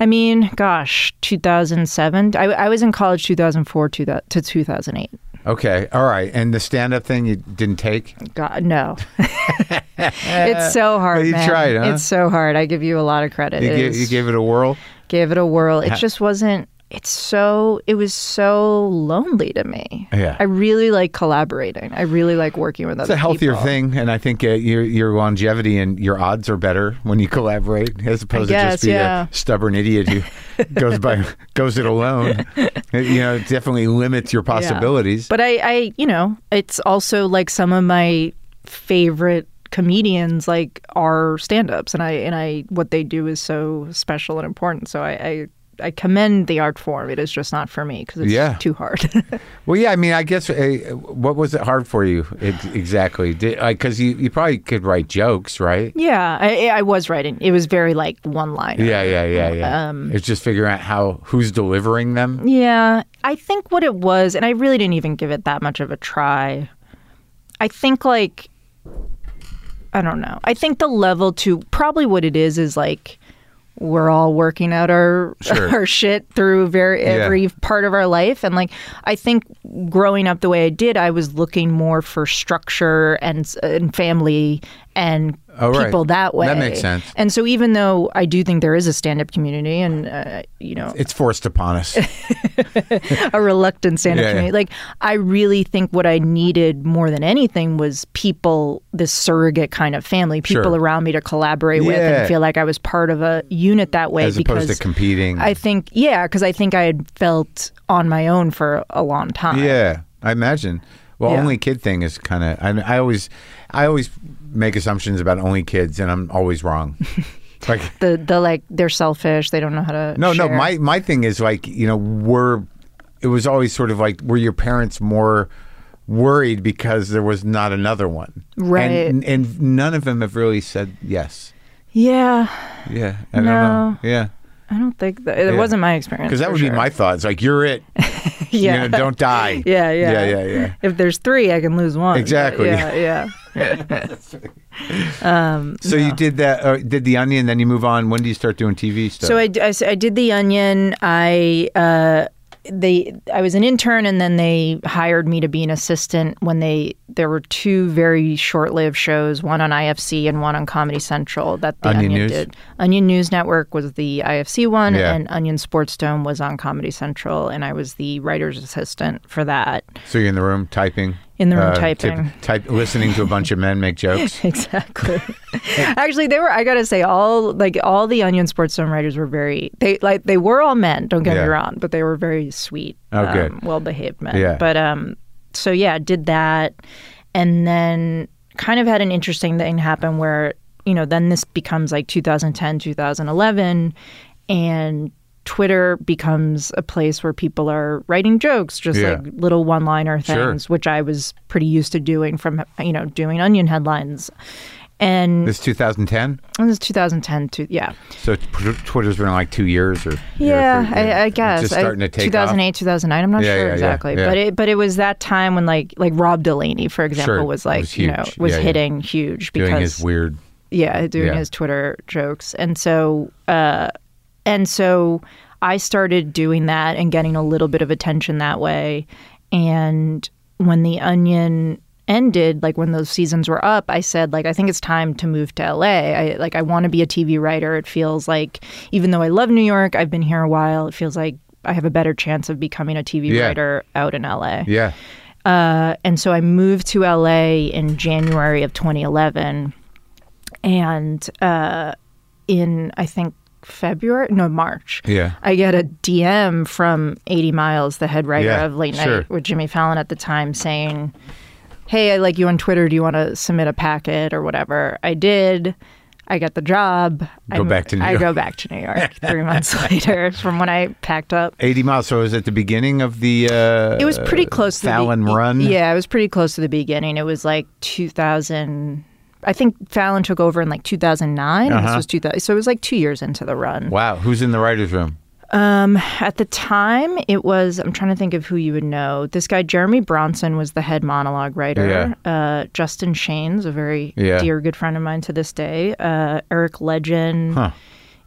i mean gosh 2007 i, I was in college 2004 to, the, to 2008
Okay, all right. And the stand-up thing you didn't take.
God, no. <laughs> it's so
<laughs>
hard.
Well, you
man.
tried, huh?
It's so hard. I give you a lot of credit.
You,
It
gave,
is-
you gave it a whirl.
gave it a whirl. It just wasn't. It's so. It was so lonely to me.
Yeah.
I really like collaborating. I really like working with
It's
other.
a healthier
people.
thing, and I think uh, your your longevity and your odds are better when you collaborate as opposed to
guess,
just be
yeah.
a stubborn idiot
<laughs>
who goes by goes it alone. It, you know, it definitely limits your
Yeah.
possibilities.
But I, I, you know, it's also like some of my favorite comedians like are stand-ups and i and i what they do is so special and important so i i, I commend the art form it is just not for me because it's
Yeah.
too hard <laughs>
Well, yeah, I mean, I guess uh, what was it hard for you ex- exactly? Because you, you probably could write jokes, right?
yeah I, I was writing it was very like one line
Yeah, yeah, yeah, yeah.
um,
it's just figuring out how who's delivering them.
Yeah, I think what it was, and I really didn't even give it that much of a try. I think like I don't know. I think the level to probably what it is is like we're all working out our
Sure.
<laughs> our shit through very every part of our life and like I think growing up the way I did I was looking more for structure and s- and family and
Oh, right.
people that way.
That makes sense.
And so even though I do think there is a stand-up community and uh, you know
It's forced upon
<laughs>
us.
a reluctant stand-up
Yeah, yeah.
comedian. Like I really think what I needed more than anything was people, this surrogate kind of family, people
Sure.
around me to collaborate with
Yeah.
and feel like I was part of a unit that way.
As opposed
because
to competing.
I think, yeah, because I think I had felt on my own for a long time.
Yeah, I imagine. Well,
Yeah.
only kid thing is kind of. I, I always, I always make assumptions about only kids, and I'm always
<laughs>
wrong. like,
The the like they're selfish. They don't know how to.
no, no.
share.
My my thing is like you know were, it was always sort of like were your parents more worried because there was not another one, And,
Right.
and none of them have really said yes.
Yeah,
Yeah, I don't
No.
know. Yeah,
I don't think that it
Yeah.
wasn't my experience.
because that
for
would
sure.
be my thoughts. Like you're
<laughs>
it.
yeah.
You know, don't die.
<laughs> yeah, yeah,
Yeah, yeah, <laughs> yeah.
If there's three, I can lose one. but
Exactly.
Yeah, yeah.
So you did that. Or did the Onion? Then you move on. When do you start doing TV stuff?
So I, d- I s- I did the Onion. I uh, they I was an intern and then they hired me to be an assistant when they there were two very short-lived shows, one on IFC and one on Comedy Central that the
Onion
Onion,
News?
did. Onion News Network was the IFC one
Yeah.
and Onion Sports Dome was on Comedy Central and I was the writer's assistant for that.
So you're in the room typing.
In the room
uh, tip-
typing.
type, listening to a bunch of men make
<laughs>
jokes.
Exactly. Actually, they were. I gotta say, all like all the Onion Sports Zone writers were very. They like they were all men. Don't get
Yeah.
me wrong, but they were very sweet,
Oh, good.
well behaved men.
Yeah.
But um, so yeah, did that, and then kind of had an interesting thing happen where you know then this becomes like 2010, 2011, and. Twitter becomes a place where people are writing jokes, just
Yeah.
like little one-liner
Sure.
things, which I was pretty used to doing from you know doing Onion headlines, and
This 2010.
this is 2010 to yeah
So tw- Twitter's been like two years or
yeah
or-
I, I
it's
guess
just
I-
starting to take off.
2008 2009 I'm not
Yeah,
sure
yeah, yeah,
exactly
yeah.
but it but it was that time when like like Rob Delaney for example
Sure,
was like
was
you know
huge.
was
Yeah, yeah.
hitting huge because
doing his weird.
yeah doing
Yeah.
his Twitter jokes and so uh and so I started doing that and getting a little bit of attention that way and when the onion ended like when those seasons were up I said like I think it's time to move to LA I like I want to be a TV writer it feels like even though I love New York I've been here a while it feels like I have a better chance of becoming a TV
Yeah.
writer out in LA
Yeah.
uh, and so I moved to LA in January of 2011, and uh, in I think February, no March,
Yeah.
I get a DM from 80 Miles, the head writer
Yeah,
of Late Night
sure.
with Jimmy Fallon at the time, saying, "Hey, I like you on Twitter. Do you want to submit a packet or whatever?" I did. I got the job. I
Go
mo-
back to New
I
York.
go back to New York three months <laughs> later from when I packed up.
80 miles. So it was at the beginning of the. Uh,
It was pretty close to
Fallon
the be-
run?
Yeah, it was pretty close to the beginning. It was like 2000. I think Fallon took over in like 2009. And this
Uh-huh.
was 2000. So it was like two years into the run. Um,
Wow. Who's in the writer's room?
At the time, it was, I'm trying to think of who you would know. This guy, Jeremy Bronson, was the head monologue writer. Uh, Justin Shane's a very
Yeah.
dear good friend of mine to this day. Uh, Eric Legend,
Huh.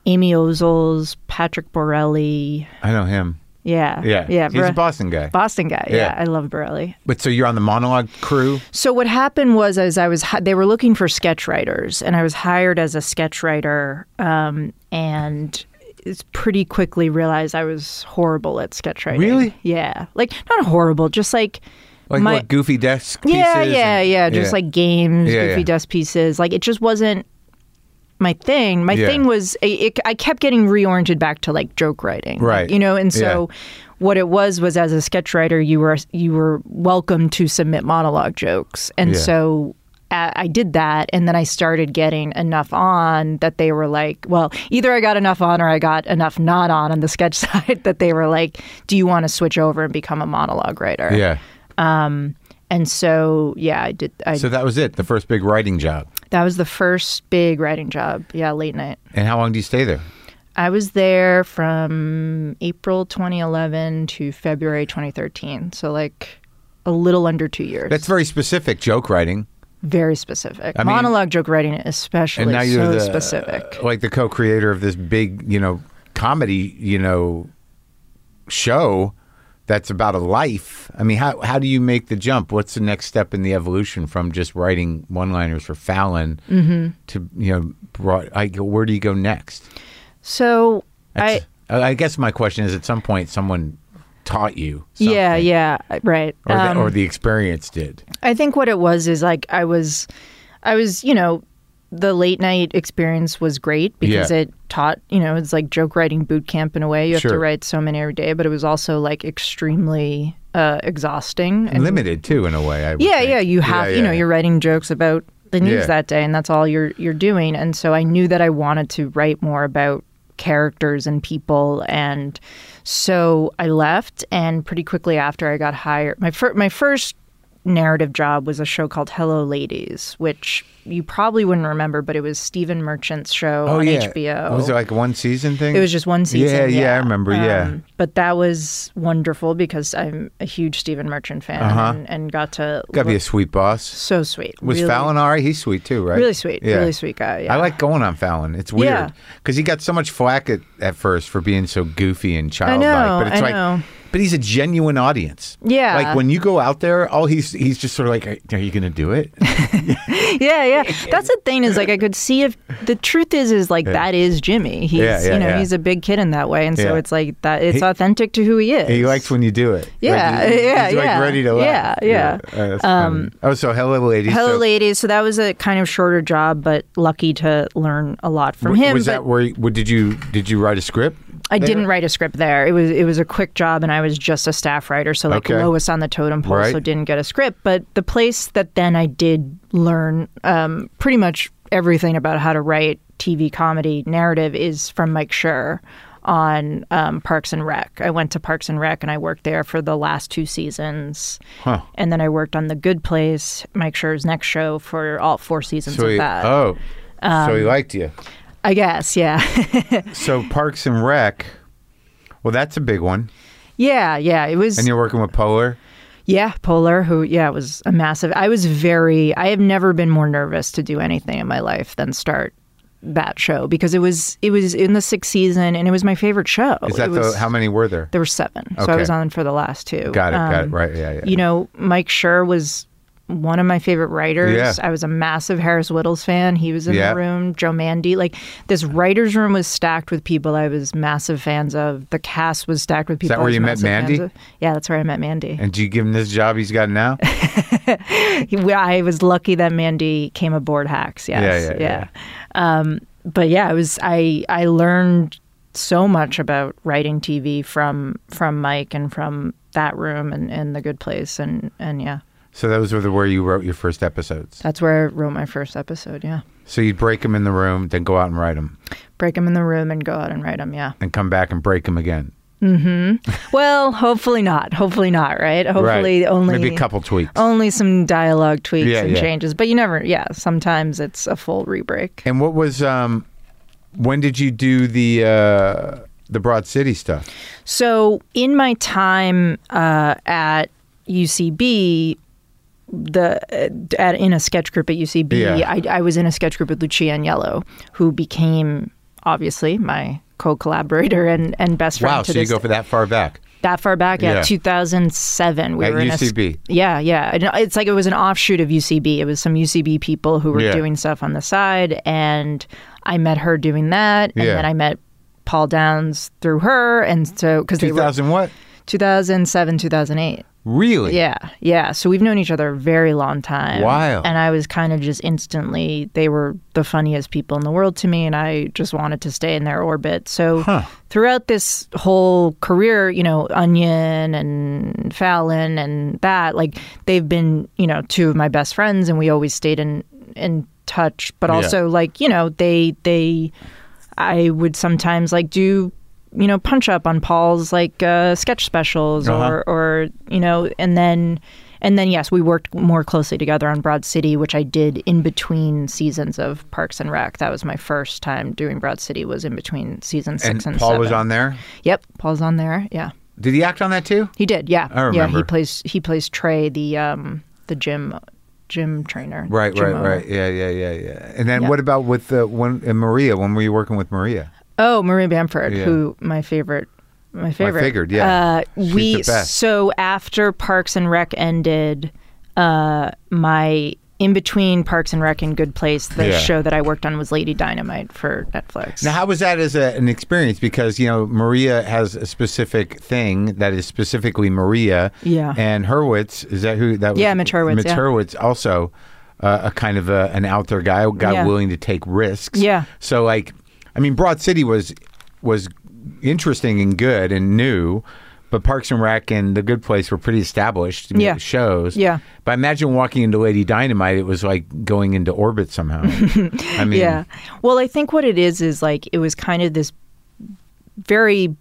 Amy Ozels, Patrick Borelli.
I know him.
Yeah.
Yeah.
Yeah.
He's
Bro-
a Boston guy.
Boston guy.
Yeah.
yeah. I love Borelli.
but so you're on the monologue crew?
So what happened was, as I was, hi- they were looking for sketch writers, and I was hired as a sketch writer, um, and it's pretty quickly realized I was horrible at sketch writing.
Really?
Yeah, like not horrible, just like.
Like
My-
what? Goofy desk pieces?
Yeah, yeah,
and-
yeah. Just like games,
Yeah,
goofy
yeah.
dust pieces. Like it just wasn't my thing. My
Yeah.
thing was it, it, I kept getting reoriented back to like joke writing,
Right.
You know, and so what it was was as a sketch writer, you were you were welcome to submit monologue jokes, and
Yeah.
so. uh, I did that, and then I started getting enough on that they were like, "Well, either I got enough on, or I got enough not on on the sketch <laughs> side." That they were like, "Do you want to switch over and become a monologue writer?"
Yeah.
And so, yeah, I did. I,
So that was it, the first big writing job.
that was the first big writing job. Yeah, late night.
And how long do you stay there?
I was there from April 2011 to February 2013. So, like a little under two years.
That's very specific joke writing.
very specific.
mean-
Monologue joke writing, especially,
And now you're
so
the, uh,
specific.
like the co-creator of this big, you know, comedy, you know, show that's about a life. I mean, how how do you make the jump? What's the next step in the evolution from just writing one-liners for Fallon
Mm-hmm.
to you know, broad, I, where do you go next?
So, I.
That's- I, guess my question is: at some point, someone taught you, something,
Yeah, yeah, right.
or,
Um,
the, or the experience did.
I think what it was is like I was, I was, you know, the late night experience was great because
Yeah.
it taught, you know, it's like joke writing boot camp in a way. You have
Sure.
to write so many every day, but it was also like extremely uh, exhausting and
Limited too, in a way. I would
yeah,
think.
yeah. You have,
Yeah,
you know,
yeah.
you're writing jokes about the news
Yeah.
that day, and that's all you're you're doing. And so I knew that I wanted to write more about characters and people, and so I left. And pretty quickly after, I got hired. My fir- my first narrative job was a show called Hello Ladies, which you probably wouldn't remember, but it was Stephen Merchant's show
Oh
on
yeah,
HBO.
Was it like a one season thing?
It was just one season. Um,
Yeah, yeah, I remember, yeah.
but that was wonderful because I'm a huge Stephen Merchant fan and, and got to
Uh-huh. Gotta be
look-
a sweet boss.
so sweet.
Was
really,
Fallon all right? He's sweet too, right?
really sweet,
Yeah.
really sweet guy. Yeah.
I like going on Fallon. It's
Yeah.
weird because he got so much flack at, at first for being so goofy and
I
childlike.
know.
but it's
I
like
know.
but he's a genuine audience.
Yeah.
Like when you go out there, all he's he's just sort of like, "Are you going to do
<laughs>
it?"
yeah,
<laughs>
yeah. That's the thing is like I could see if the truth is is like that is Jimmy. He's
Yeah, yeah,
you know
yeah.
he's a big kid in that way, and so
Yeah.
it's like that it's
He-
authentic to who he is.
He likes when you do it. Like,
Yeah,
he-
yeah,
he's
yeah.
Like ready to laugh.
Yeah, Um, yeah.
Uh, that's funny. oh, so hello, ladies.
Hello,
So
ladies. So that was a kind of shorter job, but lucky to learn a lot from
w-
him.
Was
but
that where? you- what- Did you did you write a script?
I didn't write a script there. It was it was a quick job, and I was just a staff writer, so like
Okay.
lowest on the totem pole,
Right.
so didn't get a script. But the place that then I did learn um, pretty much everything about how to write TV comedy narrative is from Mike Schur on um, Parks and Rec. I went to Parks and Rec, and I worked there for the last two seasons,
Huh.
and then I worked on The Good Place, Mike Schur's next show, for all four seasons
So
of
he,
that. Um,
oh, so he liked you.
I guess, yeah. <laughs>
So Parks and Rec. Well, that's a big one.
Yeah, yeah, it was.
And you're working with Polar.
Yeah, Polar, who, yeah, was a massive. I was very, I have never been more nervous to do anything in my life than start that show because it was, it was in the sixth season and it was my favorite show.
Is that
It was-
the, how many were there?
There were seven. So I
Okay.
was on for the last two. Um,
Got it, got it. Right, yeah, yeah.
You know, Mike Schur was one of my favorite writers.
Yeah.
I was a massive Harris Whittles fan. He was in
Yeah.
the room. Joe Mandy. Like this writer's room was stacked with people I was massive fans of. The cast was stacked with people.
that where
I was
you met
massive fans
Mandy?
of. Yeah, that's where I met Mandy.
and do you give him this job he's got now?
He- we- I was lucky that Mandy came aboard Hacks. Yes,
Yeah,
yeah,
yeah, yeah.
Um, but yeah, I was I I learned so much about writing TV from from Mike and from that room and, and the Good Place and and yeah,
so those were the where you wrote your first episodes.
that's where I wrote my first episode. Yeah,
So you'd break them in the room, then go out and write them,
break them in the room and go out and write them. Yeah.
and come back and break them again.
Well, hopefully not. Hopefully not. Right. Hopefully
right.
only
maybe a couple tweaks.
Only some dialogue tweaks
Yeah,
and
yeah.
changes, but you never. Yeah, sometimes it's a full rebreak.
And what was um, when did you do the uh, the Broad City stuff?
So in my time uh, at UCB, the uh, at, in a sketch group at UCB,
Yeah.
I, I was in a sketch group with Lucia Agnello, who became obviously my co-collaborator and, and best friend.
Wow,
to
so you
this
go for that far back.
that far back yeah,
Yeah.
2007 we
At
were in a s-
UCB.
yeah yeah And uh, it's like it was an offshoot of ucb it was some ucb people who were
Yeah.
doing stuff on the side and i met her doing that and
Yeah.
then i met paul downs through her and so because they
Two
were
thousand what?
2007 2008
Really?
yeah yeah so we've known each other a very long time
Wow.
and i was kind of just instantly they were the funniest people in the world to me and i just wanted to stay in their orbit so
Huh.
throughout this whole career, you know, Onion and Fallon and that, like they've been, you know, two of my best friends and we always stayed in in touch, but
Yeah.
also like, you know, they they I would sometimes like do you know, punch up on Paul's like uh, sketch specials
Uh-huh.
or or you know, and then and then yes, we worked more closely together on Broad City, which I did in between seasons of Parks and Rec. That was my first time doing Broad City was in between season
And
six and,
Paul was
seven.
on there.
Yep, Paul's on there. Yeah,
Did he act on that too?
he did. Yeah,
I
yeah.
remember.
He plays he plays Trey, the um the gym gym trainer.
Right,
gym
right,
owner.
right. Yeah, yeah, yeah, yeah. And then
Yeah.
what about with uh, when and Maria? When were you working with Maria?
Oh, Maria Bamford,
Yeah.
who my favorite, my favorite.
figured, yeah.
Uh,
She's
we
the best.
so after Parks and Rec ended, uh, my in between Parks and Rec and Good Place, the
Yeah.
show that I worked on was Lady Dynamite for Netflix.
Now, how was that as a, an experience? Because you know Maria has a specific thing that is specifically Maria.
Yeah.
And Hurwitz is that who that was?
Yeah, Mitch Hurwitz,
Mitch
yeah.
Hurwitz also uh, a kind of a, an out there guy, a guy
Yeah.
willing to take risks.
Yeah.
So like, I mean, Broad City was was interesting and good and new. But Parks and Rec and The Good Place were pretty established you know,
Yeah.
shows.
Yeah.
But imagine walking into Lady Dynamite, it was like going into orbit somehow.
<laughs>
I mean,
yeah. Well, I think what it is is like it was kind of this very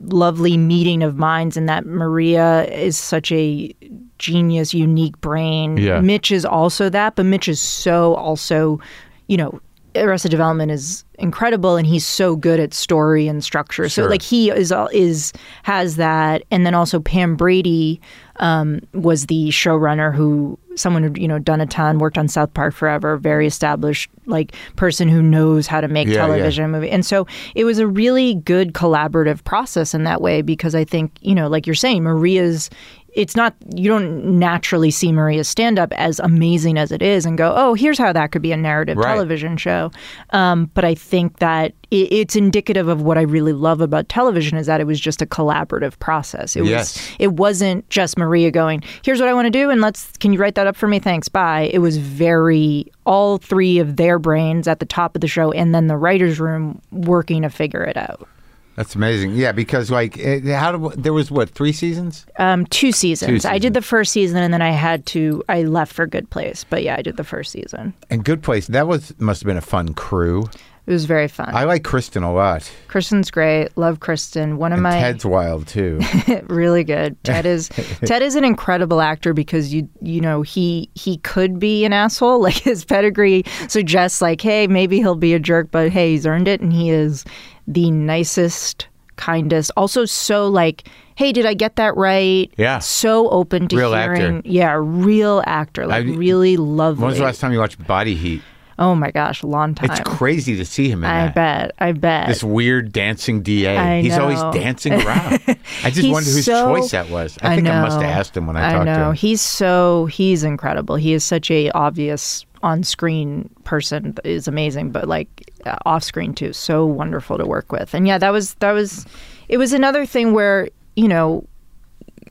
lovely meeting of minds, and that Maria is such a genius, unique brain.
Yeah.
Mitch is also that, but Mitch is so also, you know. Arrested Development is incredible, and he's so good at story and structure.
Sure.
So, like, he is is has that, and then also Pam Brady um, was the showrunner who someone who you know done a ton, worked on South Park forever, very established like person who knows how to make
Yeah, yeah.
television movie. And so it was a really good collaborative process in that way because I think you know, like you're saying, Maria's. It's not you don't naturally see Maria's stand up as amazing as it is and go, oh, here's how that could be a narrative
Right.
television show. Um, but I think that it, it's indicative of what I really love about television is that it was just a collaborative process. It
Yes.
was it wasn't just Maria going, "Here's what I want to do, and let's can you write that up for me? Thanks, bye." It was very all three of their brains at the top of the show, and then the writers' room working to figure it out.
That's amazing. Yeah, because like, it, how did, there was what three seasons?
Um, two seasons.
Two
I
seasons.
did the first season, and then I had to. I left for Good Place, but yeah, I did the first season.
And Good Place. That was must have been a fun crew.
It was very fun.
I like Kristen a lot.
Kristen's great. Love Kristen. One of
And
my
Ted's wild too.
really good.
<laughs>
Ted is Ted is an incredible actor because you you know he he could be an asshole. <laughs> Like his pedigree suggests, like hey maybe he'll be a jerk, but hey he's earned it, and he is the nicest, kindest. Also so like hey did I get that right?
Yeah.
So open to
Real actor.
hearing. Yeah, real actor. Like
I-
really lovely.
when was the last time you watched Body Heat?
oh my gosh, long time.
It's crazy to see him in
I
that.
bet. I bet.
This weird dancing DA.
I
He's always
know.
dancing
<laughs>
around. I just
He's
wondered whose
so-
choice that was. I, think I must have
know.
asked him when I, talked
know.
to him.
He's so he's incredible. He is such a obvious on-screen person that is amazing, but like uh, off-screen too, so wonderful to work with. And yeah, that was that was it was another thing where, you know,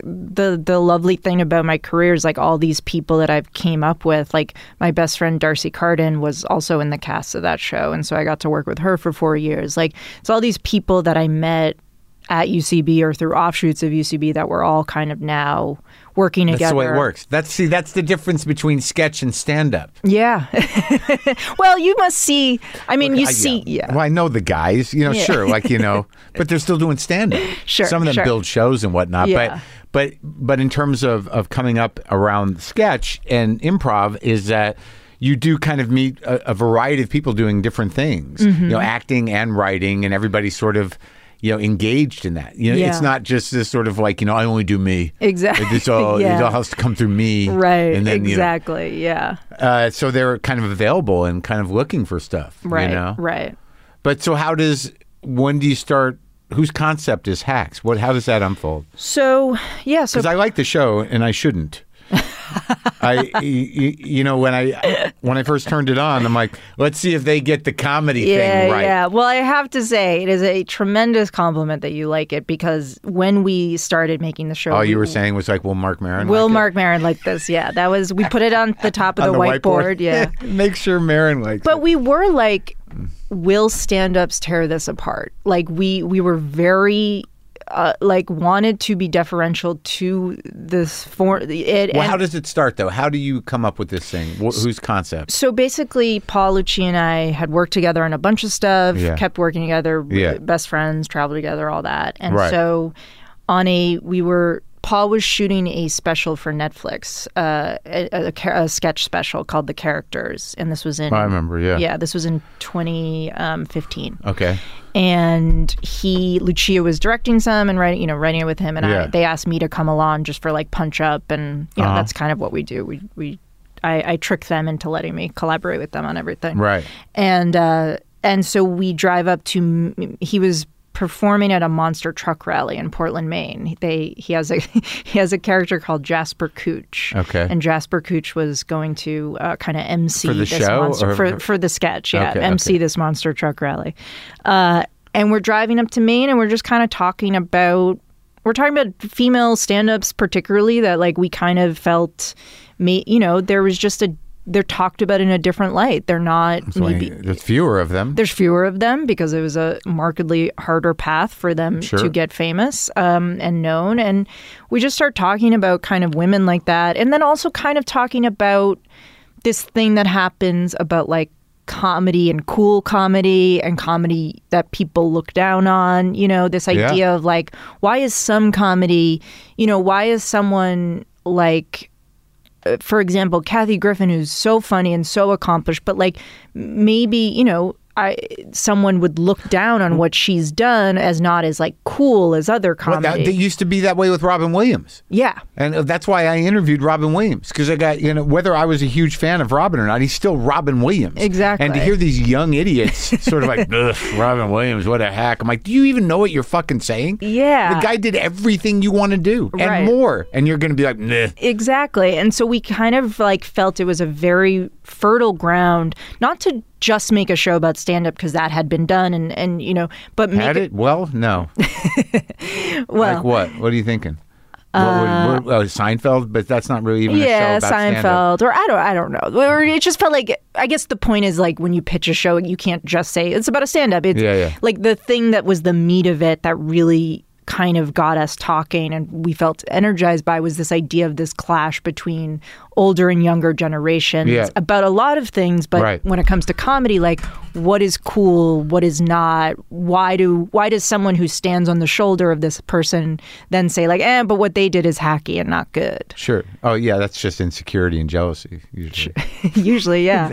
the the lovely thing about my career is like all these people that I've came up with. Like my best friend Darcy Cardin was also in the cast of that show, and so I got to work with her for four years. Like it's all these people that I met at UCB or through offshoots of UCB that we're all kind of now working
That's
together.
the way it works. That's see, that's the difference between sketch and stand up.
Yeah. <laughs> well, you must see. I mean, you see. Yeah.
Well, I know the guys, you know, sure, like you
<laughs>
know, but they're still doing stand up.
Sure,
Some of them
sure.
build shows and whatnot,
Yeah.
but but but in terms of of coming up around sketch and improv is that you do kind of meet a, a variety of people doing different things, you
Mm-hmm.
know, acting and writing, and everybody's sort of. You know, engaged in that. You know, it's
Yeah.
not just this sort of like you know I only do me.
Exactly,
It's
<laughs>
all it
yeah.
all has to come through me.
Right.
And then, you know,
exactly. yeah.
uh, so they're kind of available and kind of looking for stuff.
Right.
You know?
Right.
But so how does when do you start? Whose concept is hacks? What? How does that unfold?
So yeah. So
Because I like the show and I shouldn't. I, y- y- you know, when I when I first turned it on, I'm like, let's see if they get the comedy
Yeah,
thing right.
yeah. Well, I have to say, it is a tremendous compliment that you like it because when we started making the show,
All Oh, you
we-
were saying was like, will Mark Maron?
Will
like it?
Mark Maron like this? Yeah, that was we put it on the top
<laughs>
of
on
the, whiteboard. Yeah,
<laughs> Make sure Maron likes.
but we were like, will stand-ups tear this apart? Like we we were very. Uh, like wanted to be deferential to this form. It,
it. Well,
and-
how does it start though? How do you come up with this thing? Wh- whose concept?
so basically, Paul Lucci and I had worked together on a bunch of stuff,
Yeah.
kept working together,
Yeah.
best friends, traveled together, all that. And
Right.
so, on a, we were, Paul was shooting a special for Netflix, uh, a, a cha- a sketch special called The Characters. And this was in,
I remember, yeah.
Yeah, this was in um, 2015
Okay.
and he Lucia was directing some and writing you know writing it with him and
Yeah.
I, they asked me to come along just for like punch up and you know
Uh-huh.
that's kind of what we do we we I, I trick them into letting me collaborate with them on everything
Right.
and uh, and so we drive up to m- he was performing at a monster truck rally in Portland, Maine. They he has a <laughs> he has a character called Jasper Cooch.
Okay.
and Jasper Cooch was going to uh, kind of MC
For the
this
show
monster
or-
for for the sketch. Yeah,
Okay,
MC
okay.
this monster truck rally. Uh, and we're driving up to Maine, and we're just kind of talking about we're talking about female stand-ups particularly that like we kind of felt me you know there was just a they're talked about in a different light they're not
So I-
maybe
there's fewer of them.
there's fewer of them because it was a markedly harder path for them
Sure.
to get famous um, and known. And we just start talking about kind of women like that. And then also kind of talking about this thing that happens about like comedy and cool comedy and comedy that people look down on. You know, this
Yeah.
idea of like, why is some comedy, you know, why is someone like for example, Kathy Griffin, who's so funny and so accomplished, but like maybe, you know, I someone would look down on what she's done as not as like cool as other
Well,
comedy.
that, that used to be that way with Robin Williams.
yeah.
And uh, that's why I interviewed Robin Williams because I got you know whether I was a huge fan of Robin or not, he's still Robin Williams.
Exactly.
And to hear these young idiots <laughs> sort of like Ugh, Robin Williams, what a hack! I'm like, do you even know what you're fucking saying?
Yeah.
The guy did everything you want to do
Right.
and more, and you're going to be like, nah.
Exactly. And so we kind of like felt it was a very fertile ground not to just make a show about stand up because that had been done and and you know, but make
Had it? Well, no.
well Uh,
Like what? What are you thinking? what, would- what- oh, Seinfeld, but that's not really even
yeah,
a show about stand-up.
Seinfeld, or I don't, I don't know. Or it just felt like I guess the point is like when you pitch a show, you can't just say it's about a stand-up. It's
Yeah, yeah.
like the thing that was the meat of it that really kind of got us talking and we felt energized by was this idea of this clash between older and younger generations
Yeah.
about a lot of things but
Right.
when it comes to comedy like what is cool what is not why do why does someone who stands on the shoulder of this person then say like eh but what they did is hacky and not good
Sure. Oh yeah, that's just insecurity and jealousy usually.
<laughs>
<laughs>
usually yeah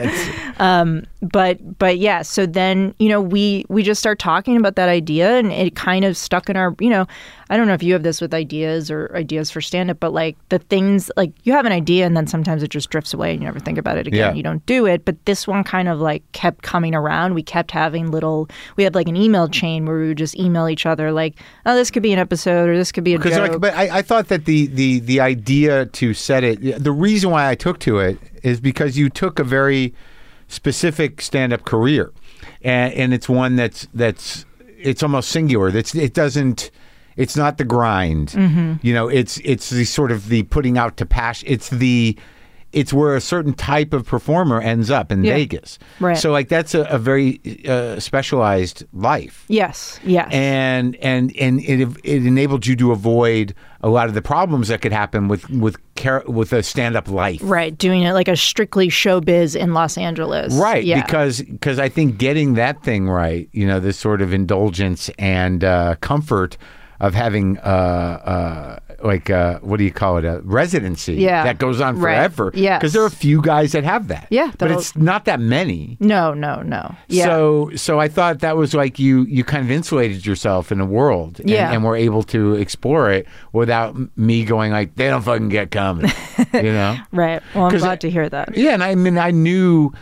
um but but yeah so then you know we we just start talking about that idea and it kind of stuck in our you know i don't know if you have this with ideas or ideas for stand up but like the things like you have an idea and then sometimes it just drifts away and you never think about it again
Yeah.
you don't do it but this one kind of like kept coming around we kept having little we had like an email chain where we would just email each other like oh this could be an episode or this could be a joke
Because like, but I, I thought that the, the the idea to set it, the reason why I took to it is because you took a very specific stand up career, and, and it's one that's that's it's almost singular. That's it doesn't. It's not the grind,
Mm-hmm.
you know. It's it's the sort of the putting out to passion. It's the it's where a certain type of performer ends up in
Yeah.
Vegas.
Right.
So like that's a, a very uh, specialized life
yes yes
and and and it it enabled you to avoid a lot of the problems that could happen with with care, with a stand up life.
Right, doing it like a strictly showbiz in Los Angeles.
Right,
yeah.
because because I think getting that thing right, you know, this sort of indulgence and uh, comfort of having uh, uh, like uh, what do you call it a residency
Yeah.
that goes on
Right.
forever.
Yes.
because there are a few guys that have that.
Yeah,
but
that'll-
it's not that many.
No, no, no. Yeah.
So so I thought that was like you you kind of insulated yourself in a world and,
Yeah.
and were able to explore it without m- me going like they don't fucking get
<laughs>
comedy, you know?
right. Well, I'm
'Cause
glad
I-
to hear that.
Yeah, and I mean I knew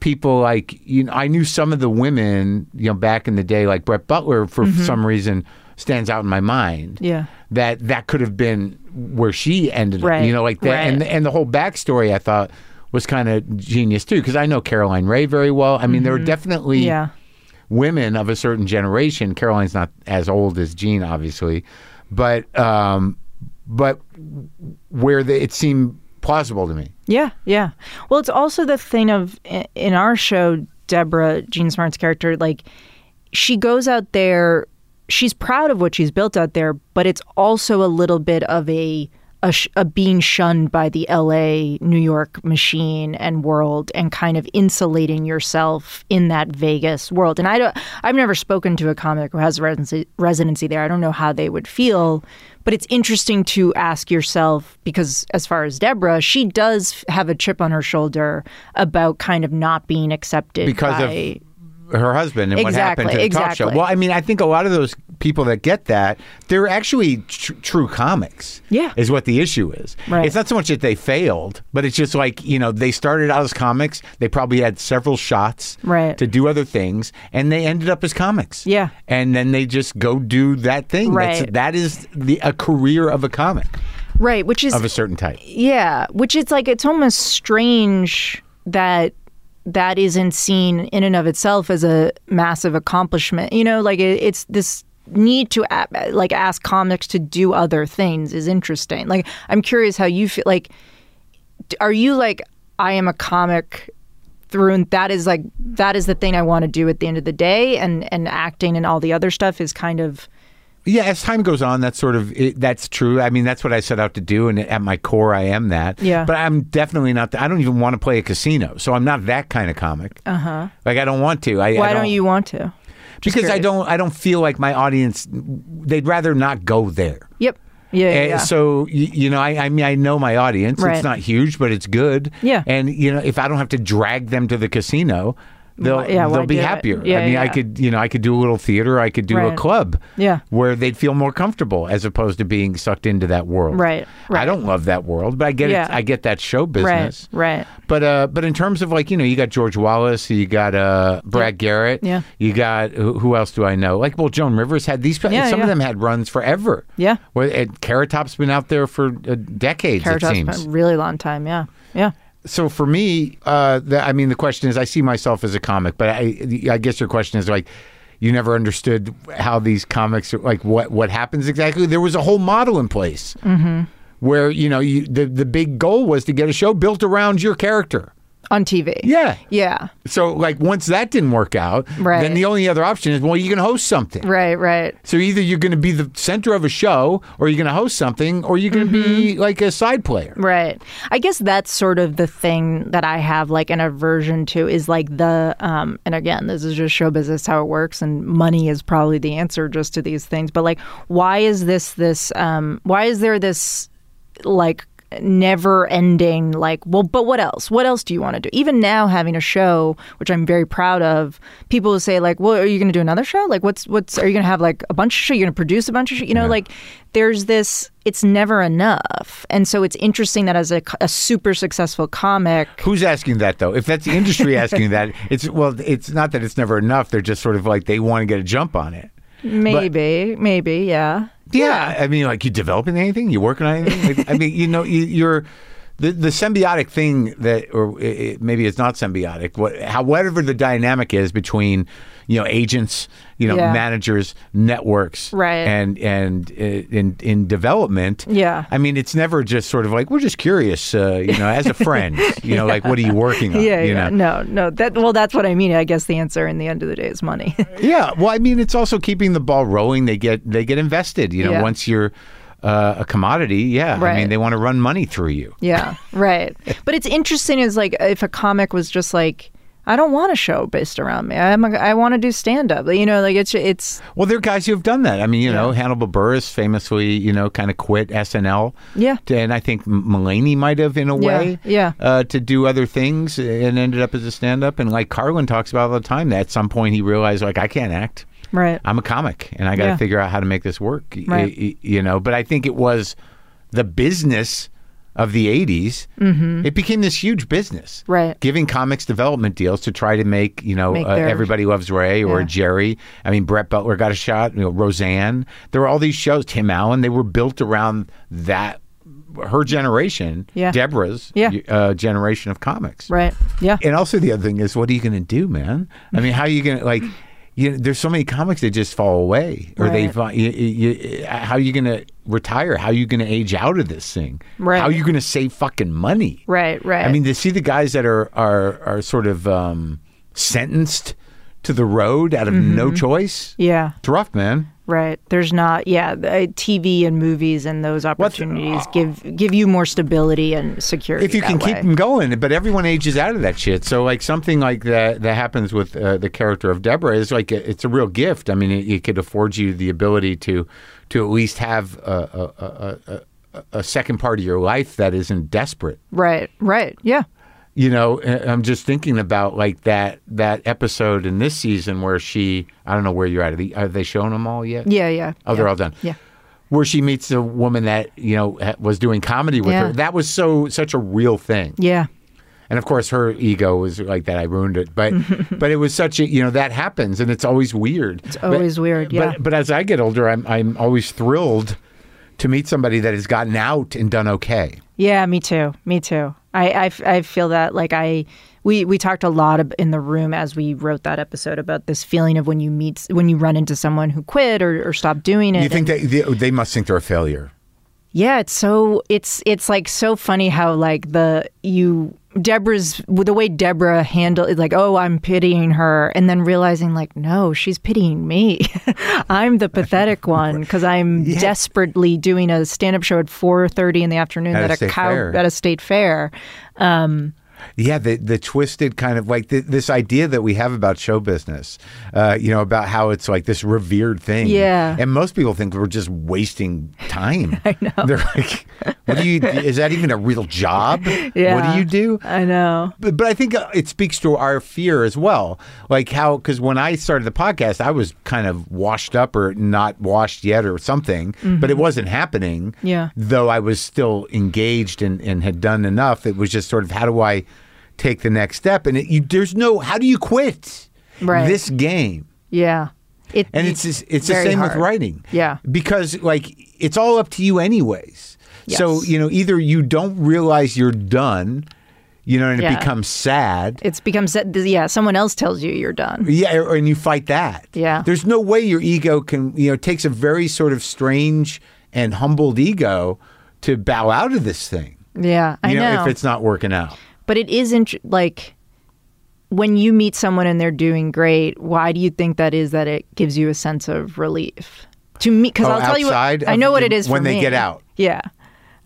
people like you know I knew some of the women, you know, back in the day like Brett Butler for some reason stands out in my mind.
Mm-hmm. Yeah.
That that could have been where she ended up,
Right,
you know, like that and
right.
and the whole backstory I thought was kind of genius too because I know Caroline Ray very well. I mean, there were definitely
Mm-hmm. Yeah.
women of a certain generation. Caroline's not as old as Jean, obviously, but um, but where the, it seemed plausible to me.
Yeah, yeah. Well, it's also the thing of i- in our show, Deborah Jean Smart's character, like she goes out there, she's proud of what she's built out there, but it's also a little bit of a a, sh- a being shunned by the L.A. New York machine and world, and kind of insulating yourself in that Vegas world. And I don't, I've never spoken to a comic who has residency residency there. I don't know how they would feel, but it's interesting to ask yourself because as far as Deborah, she does have a chip on her shoulder about kind of not being accepted
Because of
by-
her husband and what happened to the
Exactly,
talk show.
exactly.
Well, I mean, I think a lot of those people that get that, they're actually tr- true comics.
Yeah.
Is what the issue is.
Right.
It's not so much that they failed, but it's just like, you know, they started out as comics. They probably had several shots
Right.
to do other things, and they ended up as comics.
Yeah.
And then they just go do that thing. That's,
Right.
that is the, a career of a comic
right, which is
of a certain type.
Yeah, which it's like it's almost strange that that isn't seen in and of itself as a massive accomplishment. You know, like it, it's this need to a- like ask comics to do other things is interesting. Like I'm curious how you feel. Like, d- are you like I am a comic through and that is like that is the thing I want to do at the end of the day, and and acting and all the other stuff is kind of
Yeah, as time goes on, that's sort of it, that's true. I mean, that's what I set out to do, and at my core, I am that.
Yeah.
But I'm definitely not. The, I don't even want to play a casino, so I'm not that kind of comic. Uh huh. Like I don't want to. I, I
Uh-huh. why don't you want to?
Because I
curious.
don't. I don't feel like my audience. They'd rather not go there.
Yep. Yeah. yeah,
And
yeah.
Eh, So y- you know, I, I mean, I know my audience.
Right.
It's not huge, but it's good.
Yeah.
And you know, if I don't have to drag them to the casino, they'll
Why- yeah, why
they'll be
do it?
happier.
Yeah,
I mean, I
yeah.
could you know I could do a little theater, I could do a
Right.
club,
Yeah.
where they'd feel more comfortable as opposed to being sucked into that world.
Right,
I
right.
don't love that world, but I get
Yeah.
it. I get that show business.
Right, right.
But uh, but in terms of like you know, you got George Wallace, you got uh, Brad Garrett,
Yeah.
you got who, who else do I know? Like well, Joan Rivers had these.
Yeah,
some
yeah.
of them had runs forever.
Yeah.
Where and Carrot Top's been out there for uh, decades.
Carrot
it
Top's
seems.
been a really long time. Yeah, yeah.
So for me, uh, the, I mean, the question is, I see myself as a comic, but I, I guess your question is like, you never understood how these comics, are, like what what happens exactly. There was a whole model in place
Mm-hmm.
where you know you, the the big goal was to get a show built around your character.
On TV.
Yeah.
Yeah.
So like once that didn't work out,
Right.
then the only other option is well, you can host something.
Right, right.
So either you're going to be the center of a show, or you're going to host something, or you're going to
Mm-hmm.
be like a side player.
Right. I guess that's sort of the thing that I have like an aversion to is like the um and again this is just show business how it works and money is probably the answer just to these things but like why is this this um why is there this like never ending like well but what else what else do you want to do even now having a show which i'm very proud of people will say like well are you going to do another show like what's what's are you going to have like a bunch of show you're going to produce a bunch of show you know like there's this it's never enough and so it's interesting that as a, co- a super successful comic
Who's asking that though? If that's the industry asking that, it's well, it's not that it's never enough. They're just sort of like they want to get a jump on it.
maybe maybe yeah
Yeah, I mean, like you developing anything, you working on anything. Like, I mean, you know, you, you're the the symbiotic thing that, or it, it- maybe it's not symbiotic. What, however, the dynamic is between you know agents, you know,
Yeah.
managers, networks,
Right.
and and uh, in in development.
Yeah.
I mean, it's never just sort of like we're just curious, uh, you know, as a
<laughs>
friend, you know, like what are you working on?
yeah,
you
yeah.
know?
no no that well that's what i mean i guess the answer in the end of the day is money <laughs>
Yeah, well, I mean, it's also keeping the ball rolling. They get they get invested. You know,
Yeah.
once you're uh, a commodity, yeah. I mean,
Right.
they want to run money through you.
Yeah, <laughs> right. but it's interesting is like if a comic was just like, I don't want a show based around me. I'm a, I want to do stand up. You know, like it's it's
Well, there are guys who have done that. I mean, you know, Hannibal Burris famously, you know, kind of quit SNL.
Yeah.
to- and I think M- Mulaney might have in a
Yeah,
way.
yeah.
Uh, to do other things and ended up as a stand up. And like Carlin talks about all the time, that at some point he realized like I can't act.
right.
I'm a comic and I got to
Yeah.
figure out how to make this work. y-
Right.
y- you know, but I think it was the business of the 80s. It became this huge business.
Mm-hmm. Right.
Giving comics development deals to try to make, you know,
Make
uh,
their-
Everybody Loves Ray or
Yeah.
Jerry. I mean, Brett Butler got a shot, you know, Roseanne. There were all these shows, Tim Allen, they were built around that, her generation,
Yeah.
Deborah's
Yeah.
y- uh, generation of comics.
Right. Yeah.
And also the other thing is, what are you going to do, man? I mean, how are you going to like? You know, there's so many comics that just fall away, or they
Right.
fi- you, you, you- how are you going to retire? How are you going to age out of this thing?
Right.
How are you going to save fucking money?
Right, right.
I mean, to see the guys that are are are sort of um, sentenced to the road out of no
Mm-hmm.
choice.
yeah.
It's rough, man.
Right. There's not. Yeah. the- uh, TV and movies and those opportunities give give you more stability and security.
if you can
that
keep
way.
them going, but everyone ages out of that shit. So like something like that that happens with uh, the character of Deborah is like a, it's a real gift. I mean, it, it could afford you the ability to to at least have a a, a, a, a second part of your life that isn't desperate.
Right. Right. Yeah.
You know, I- I'm just thinking about like that that episode in this season where she I don't know where you're at. Are they, are they showing them all yet?
Yeah. Yeah.
Oh, they're all done.
Yeah.
Where she meets a woman that you know ha- was doing comedy with
Yeah.
her. That was so such a real thing.
Yeah.
And of course, her ego was like that. I ruined it,
<laughs>
but but it was such a you know that happens, and it's always weird. It's
always weird, yeah.
But, but as I get older, I'm I'm always thrilled to meet somebody that has gotten out and done okay.
Yeah, me too. Me too. I, I f- I feel that like I we we talked a lot ab- in the room as we wrote that episode about this feeling of when you meet when you run into someone who quit or, or stopped doing it.
You think
and-
that they, they must think they're a failure.
yeah, it's so it's it's like so funny how like the you Deborah's the way Deborah handled it's like oh I'm pitying her and then realizing like no she's pitying me <laughs> I'm the pathetic one because I'm desperately doing a stand up show at four thirty in the afternoon
At a
at, a
state
cow
fair.
at a state fair
Yeah, the the twisted kind of like th- this idea that we have about show business, uh, you know, about how it's like this revered thing.
Yeah.
and most people think we're just wasting
<laughs>
time. I know. They're like, "What do you? Is that even a real
<laughs>
job? What
Yeah.
do you do?"
I know.
But, but I think uh, it speaks to our fear as well. Like how, because when I started the podcast, I was kind of washed up or not washed yet or something, but it wasn't happening.
Mm-hmm. Yeah.
Though I was still engaged and, and had done enough. It was just sort of how do I take the next step? And it, you, there's no, how do you quit
Right.
this game?
Yeah. It,
And it's it's, it's the
very
same with
hard.
writing.
Yeah.
Because like it's all up to you anyways. So,
Yes.
you know, either you don't realize you're done, you know, and it
Yeah.
becomes sad.
It's become se- yeah. Someone else tells you you're done.
Yeah, or- and you fight that.
Yeah.
There's no way your ego can, you know, it takes a very sort of strange and humbled ego to bow out of this thing.
Yeah, I
You
know.
if it's not working out.
but it is int- like when you meet someone and they're doing great. Why do you think that is? That it gives you a sense of relief. To me, because
Oh,
I'll tell you,
outside
what, I
of
know what
the-
it is for
when they
me.
get out.
Yeah,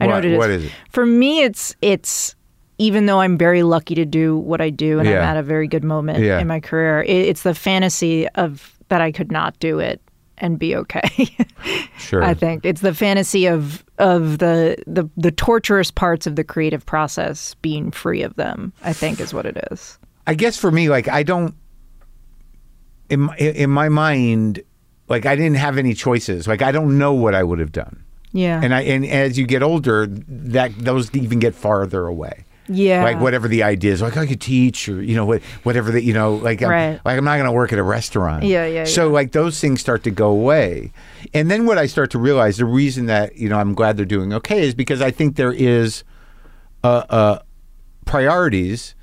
I know
What-
what it is.
what is it?
For me, it's it's even though I'm very lucky to do what I do and I'm
Yeah.
at a very good moment
Yeah.
in my career. It, it's the fantasy of that I could not do it and be okay. <laughs>
Sure.
I think it's the fantasy of of the, the the torturous parts of the creative process being free of them. I think is what it is.
I guess for me, like I don't in my, in my mind, like I didn't have any choices. Like I don't know what I would have done.
Yeah.
And I and as you get older, that those even get farther away.
Yeah.
Like whatever the idea is, like I could teach or you know what whatever the you know like I'm,
Right.
like I'm not going to work at a restaurant.
Yeah, yeah,
So like those things start to go away, and then what I start to realize the reason that you know I'm glad they're doing okay is because I think there is priorities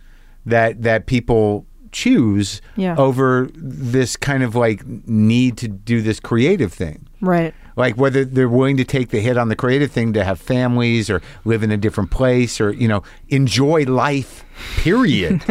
that that people choose
Yeah.
over this kind of like need to do this creative thing
right.
like whether they're willing to take the hit on the creative thing to have families or live in a different place or you know enjoy life
<laughs>
period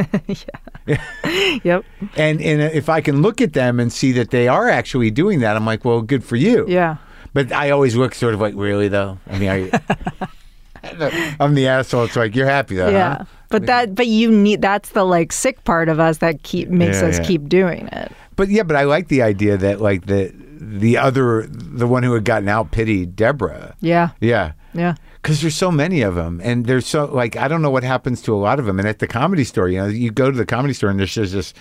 Yep.
and and if i can look at them and see that they are actually doing that i'm like well good for you
Yeah.
but i always look sort of like really though i mean are you
<laughs>
i'm the asshole it's like you're happy though
Yeah.
huh?
But that but you need that's the like sick part of us that keep makes
Yeah,
us
yeah.
keep doing it.
But yeah, but I like the idea that like the the other the one who had gotten out pitied Deborah.
Yeah.
Yeah.
Yeah.
Because there's so many of them, and there's so like I don't know what happens to a lot of them. And at the comedy store, you know, you go to the comedy store and there's just this,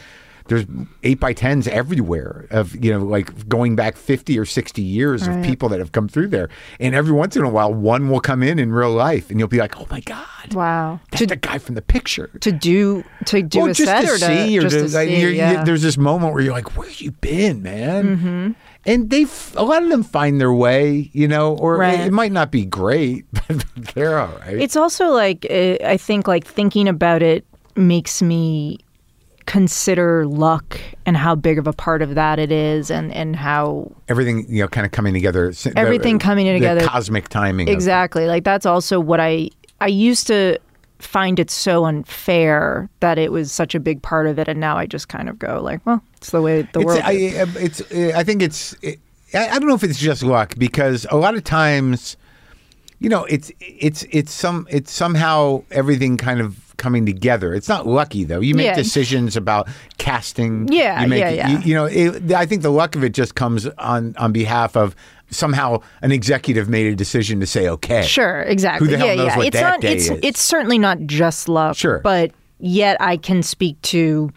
there's eight by tens everywhere of you know like going back fifty or sixty years of
Right.
people that have come through there. And every once in a while, one will come in in real life, and you'll be like, oh my god,
Wow.
that's
To
the guy from the picture.
to do to do
well,
a
just
set
to
or to
see, or
just
to-
to
like,
see,
you're- you-
yeah. Mm-hmm.
there's this moment where you're like, "Where you been, man?" And they, f- a lot of them find their way, you know, or
Right.
it, it might not be great, <laughs> but they're all right.
It's also like uh, I think like thinking about it makes me consider luck and how big of a part of that it is and and how
Everything, you know, kind of coming together. s- the-
Everything coming
the
together.
cosmic timing. of-
exactly like that's also what I I used to find it so unfair that it was such a big part of it and now I just kind of go like well it's the way the world
it's, I,
is.
I- it's, uh, I think it's. It, I I don't know if it's just luck because a lot of times, you know, it's it's it's some it's somehow everything kind of coming together. It's not lucky though. You make
Yeah.
decisions about casting.
Yeah,
you make,
yeah, yeah.
You, you know, it, I think the luck of it just comes on on behalf of somehow an executive made a decision to say okay.
Sure, exactly.
Who the hell
yeah,
knows
yeah.
what
it's
that
not
day
it's
is?
it's certainly not just luck.
Sure.
But yet I can speak to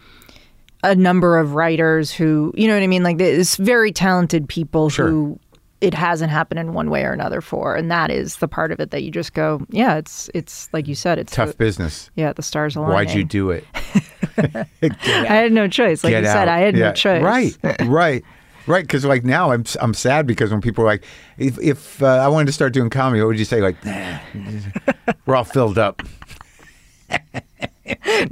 a number of writers who you know what I mean? Like there's very talented people
Sure.
who it hasn't happened in one way or another for. And that is the part of it that you just go, Yeah, it's it's like you said, it's
Tough
the,
business.
yeah, the stars aligning.
Why'd you do it?
I had no choice. Like
Get
you
out.
said, I had
Yeah.
no choice. <laughs>
Right, right, right. Because like now, I'm I'm sad because when people are like, if if uh, I wanted to start doing comedy, what would you say? Like, "Nah, <laughs> we're all filled up.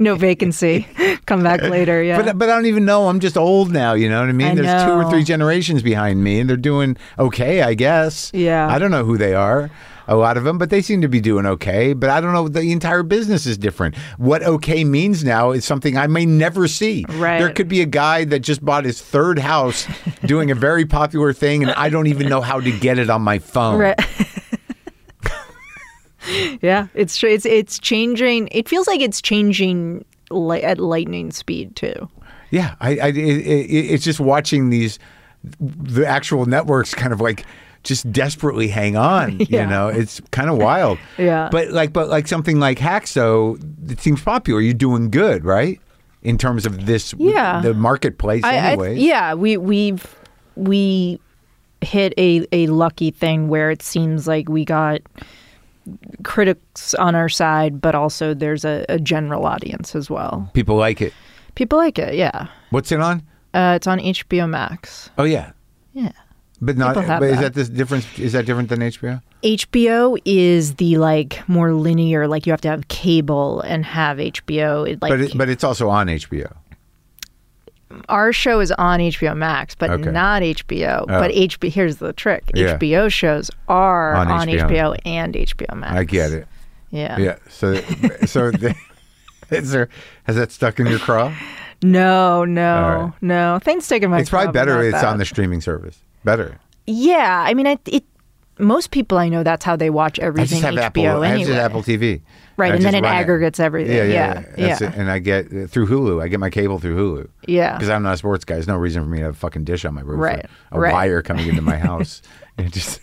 No vacancy.
<laughs>
Come back later. Yeah. <laughs>
But but I don't even know. I'm just old now. You know what I mean?
I
There's two or
know.
three generations behind me, and they're doing okay, I guess.
Yeah.
I don't know who they are. A lot of them, but they seem to be doing okay. But I don't know. The entire business is different. What okay means now is something I may never see.
Right.
There could be a guy that just bought his third
<laughs>
house, doing a very popular thing, and I don't even know how to get it on my phone.
Right. <laughs> Yeah, it's tr- it's it's changing. It feels like it's changing li- at lightning speed too.
Yeah, I, I it, it, it's just watching these the actual networks kind of like just desperately hang
<laughs>
on.
Yeah.
You know, it's kind of wild.
<laughs> Yeah.
but like but like something like Haxo, it seems popular. You're doing good, right? In terms of this,
Yeah.
the marketplace.
I, I,
anyway,
yeah, we we've we hit a a lucky thing where it seems like we got critics on our side, but also there's a, a general audience as well.
people like it.
People like it. Yeah,
What's it on?
uh, it's on HBO Max.
Oh yeah,
Yeah.
but not.
People have
But is
that.
that this difference? Is that different than HBO?
HBO is the like more linear, like you have to have cable and have HBO. It, like
But it, but it's also on HBO.
our show is on HBO Max, but
Okay. Oh.
not HBO. But HBO here's the trick:
Yeah.
HBO shows are
On
on,
HBO.
HBO. and HBO Max.
I get it.
Yeah.
Yeah. So so <laughs> the, is there has that stuck in your craw?
No,
All
no,
right.
no. Thanks for taking my.
It's probably
crap
better.
about
It's
that.
on the streaming service. Better.
Yeah, I mean, I, it. Most people I know, that's how they watch
I
everything
just have
HBO
Apple. I
anyway.
just have Apple TV.
Right,
I
and then
just
it
run
aggregates everything.
Yeah,
Yeah,
yeah, yeah. That's
yeah.
it. And I get uh, through Hulu. I get my cable through Hulu.
Yeah.
Because I'm not a sports guy. There's no reason for me to have a fucking dish on my roof. or
Right,
A
right.
wire coming into my
<laughs>
house. It just.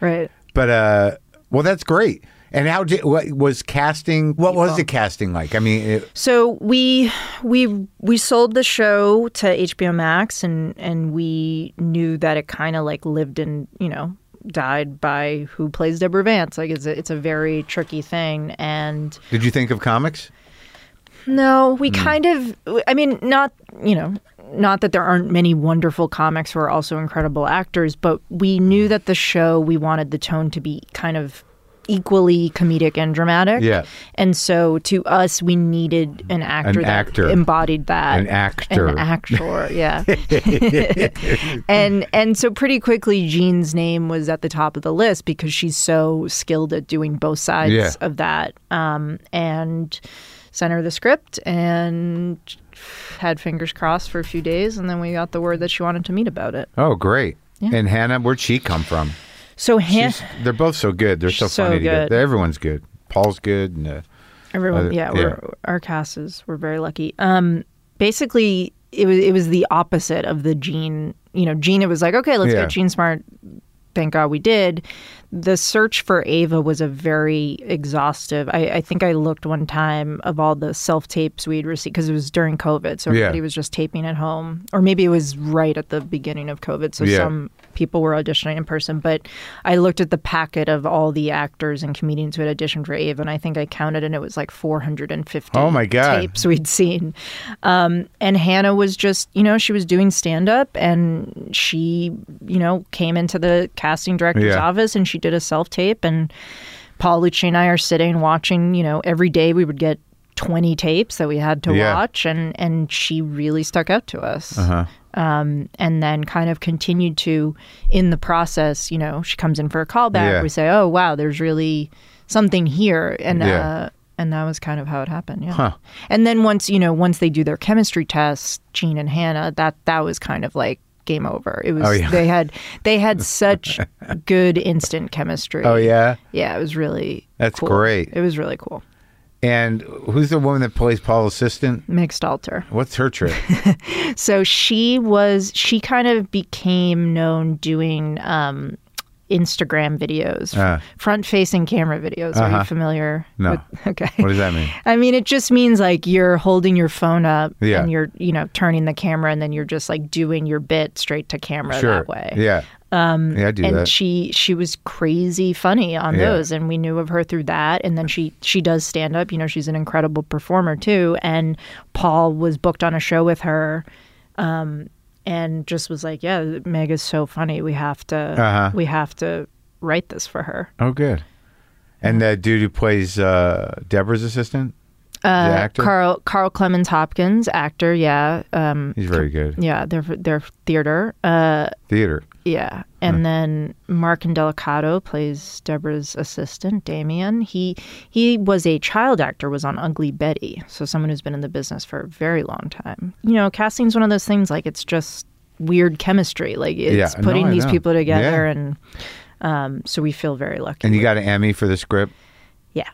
Right.
But uh, well, that's great. And how did what was casting? What was the casting like? I mean, it,
So we we we sold the show to HBO Max, and and we knew that it kind of like lived and you know died by who plays Deborah Vance. Like it's a, it's a very tricky thing, and
did you think of comics?
No,
Hmm.
we kind of. I mean, not you know, not that there aren't many wonderful comics who are also incredible actors, but we
Hmm.
knew that the show we wanted the tone to be kind of equally comedic and dramatic.
Yeah.
and so to us, we needed an actor
An
that
actor.
embodied that.
An actor.
An actor.
<laughs>
Yeah. and and so pretty quickly, Jean's name was at the top of the list because she's so skilled at doing both sides
Yeah.
of that. Um, and sent her the script and had fingers crossed for a few days, and then we got the word that she wanted to meet about it.
Oh, great. And Hannah, where'd she come from?
So Han-
She's, they're both so good. They're so,
So
funny to
good.
get. Everyone's good. Paul's good. And, uh,
Everyone,
Other-
yeah,
yeah.
We're, our cast is we're very lucky. Um, basically, it was it was the opposite of the Gene. You know, Gene. It was like, okay, let's
Yeah.
get Gene Smart. Thank God we did. The search for Ava was a very exhaustive. I, I think I looked one time of all the self tapes we'd received because it was during COVID, so
Yeah.
everybody was just taping at home, or maybe it was right at the beginning of COVID. So
Yeah.
some people were auditioning in person, but I looked at the packet of all the actors and comedians who had auditioned for Ava, and I think I counted, and it was like 450
Oh, my God.
tapes we'd seen. Um, and Hannah was just, you know, she was doing stand up, and she, you know, came into the casting director's
Yeah.
office and she did a self tape. And Paul Lucci and I are sitting watching, you know, every day we would get 20 tapes that we had to
Yeah.
watch, and, and she really stuck out to us um, and then kind of continued to in the process. You know, she comes in for a callback.
Yeah.
We say, "Oh wow, there's really something here," and
Yeah.
uh, and that was kind of how it happened. Yeah.
Huh.
And then once you know, once they do their chemistry test, Gene and Hannah, that that was kind of like game over. It was
Oh, yeah.
they had
<laughs>
they had such good instant chemistry.
oh, yeah.
yeah. It was really
That's
cool.
great.
It was really cool.
And who's the woman that plays Paul's assistant?
Mixed alter.
What's her
<laughs>
trick?
So she was she kind of became known doing um, Instagram videos,
Ah.
front facing camera videos. Are you familiar?
Uh-huh. No.
With, <laughs> okay.
what does that
<laughs>
mean?
I mean, it just means like you're holding your phone up
Yeah.
and you're, you know, turning the camera and then you're just like doing your bit straight to camera
Sure.
that way.
Yeah. Um, yeah, I do
And
that.
she she was crazy funny on
Yeah.
those, and we knew of her through that. And then she she does stand up. You know, she's an incredible performer too. And Paul was booked on a show with her, um, and just was like, "Yeah, Meg is so funny. We have to
Uh-huh.
we have to write this for her."
oh, good. And that dude who plays uh, Deborah's assistant? Uh, the actor?
Carl Carl Clemens Hopkins, actor, yeah, um,
He's very good.
yeah, they're they're theater, uh,
Theater. Hmm.
Yeah. And then Mark Indelicato plays Deborah's assistant, Damien. He he was a child actor, was on Ugly Betty. So someone who's been in the business for a very long time. You know, casting's one of those things like it's just weird chemistry. Like it's
Yeah. No,
putting
I
these
know.
people together
Yeah.
and um, so we feel very lucky.
And you got an Emmy for the script?
Yeah.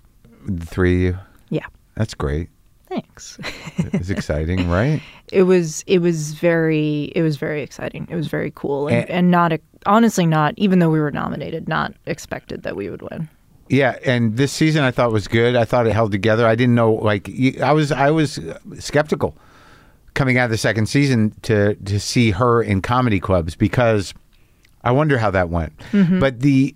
The three of you.
Yeah.
That's great.
Thanks. <laughs>
It's exciting, <laughs> right?
it was it was very it was very exciting. It was very cool and,
And-
and, not honestly not even though we were nominated, not expected that we would win.
Yeah, and this season I thought was good. I thought it held together. I didn't know like y- I was I was skeptical coming out of the second season to to see her in comedy clubs because I wonder how that went.
Mm-hmm.
But the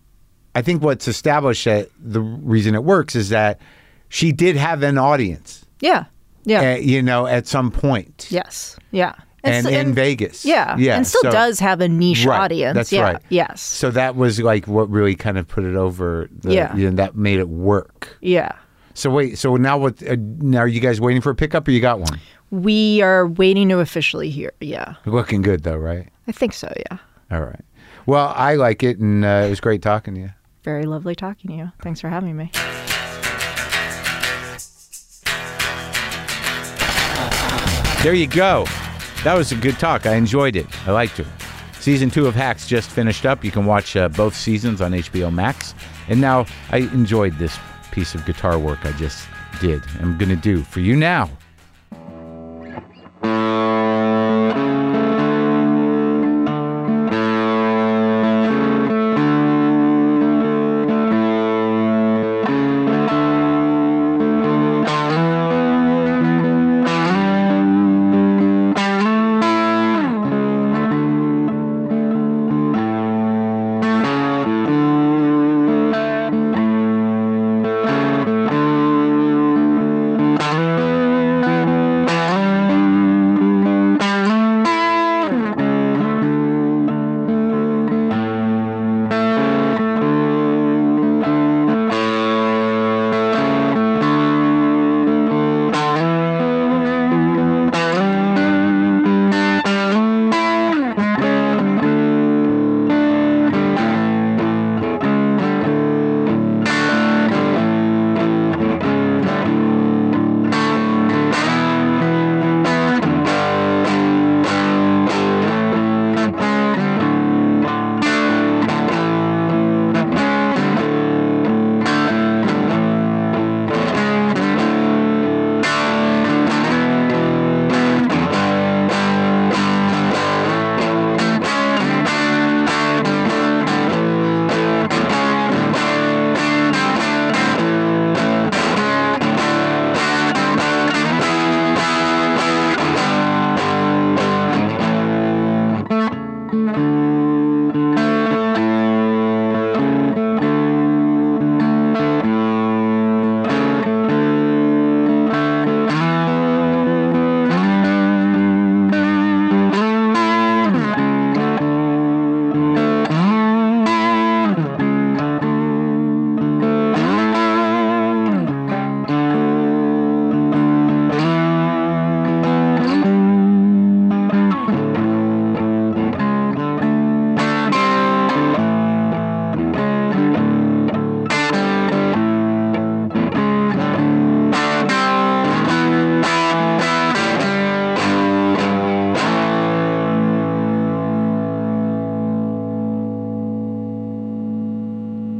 I think what's established that the reason it works is that she did have an audience.
Yeah. Yeah.
uh, you know, at some point.
yes. Yeah.
And
so-
in Vegas.
Yeah.
Yeah.
And still
so-
does have a niche
Right,
audience.
that's
yeah.
right.
Yes.
So that was like what really kind of put it over. The,
Yeah.
You know, that made it work.
Yeah.
So wait, so now what? Uh, now are you guys waiting for a pickup, or you got one?
We are waiting to officially hear. Yeah.
Looking good though, right?
I think so, yeah.
All right. Well, I like it, and uh, it was great talking to you.
Very lovely talking to you. Thanks for having me.
There you go. That was a good talk. I enjoyed it. I liked it. Season two of Hacks just finished up. You can watch uh, both seasons on HBO Max. And now I enjoyed this piece of guitar work I just did. I'm going to do for you now.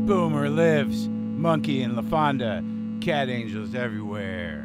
Boomer lives, monkey and LaFonda, cat angels everywhere.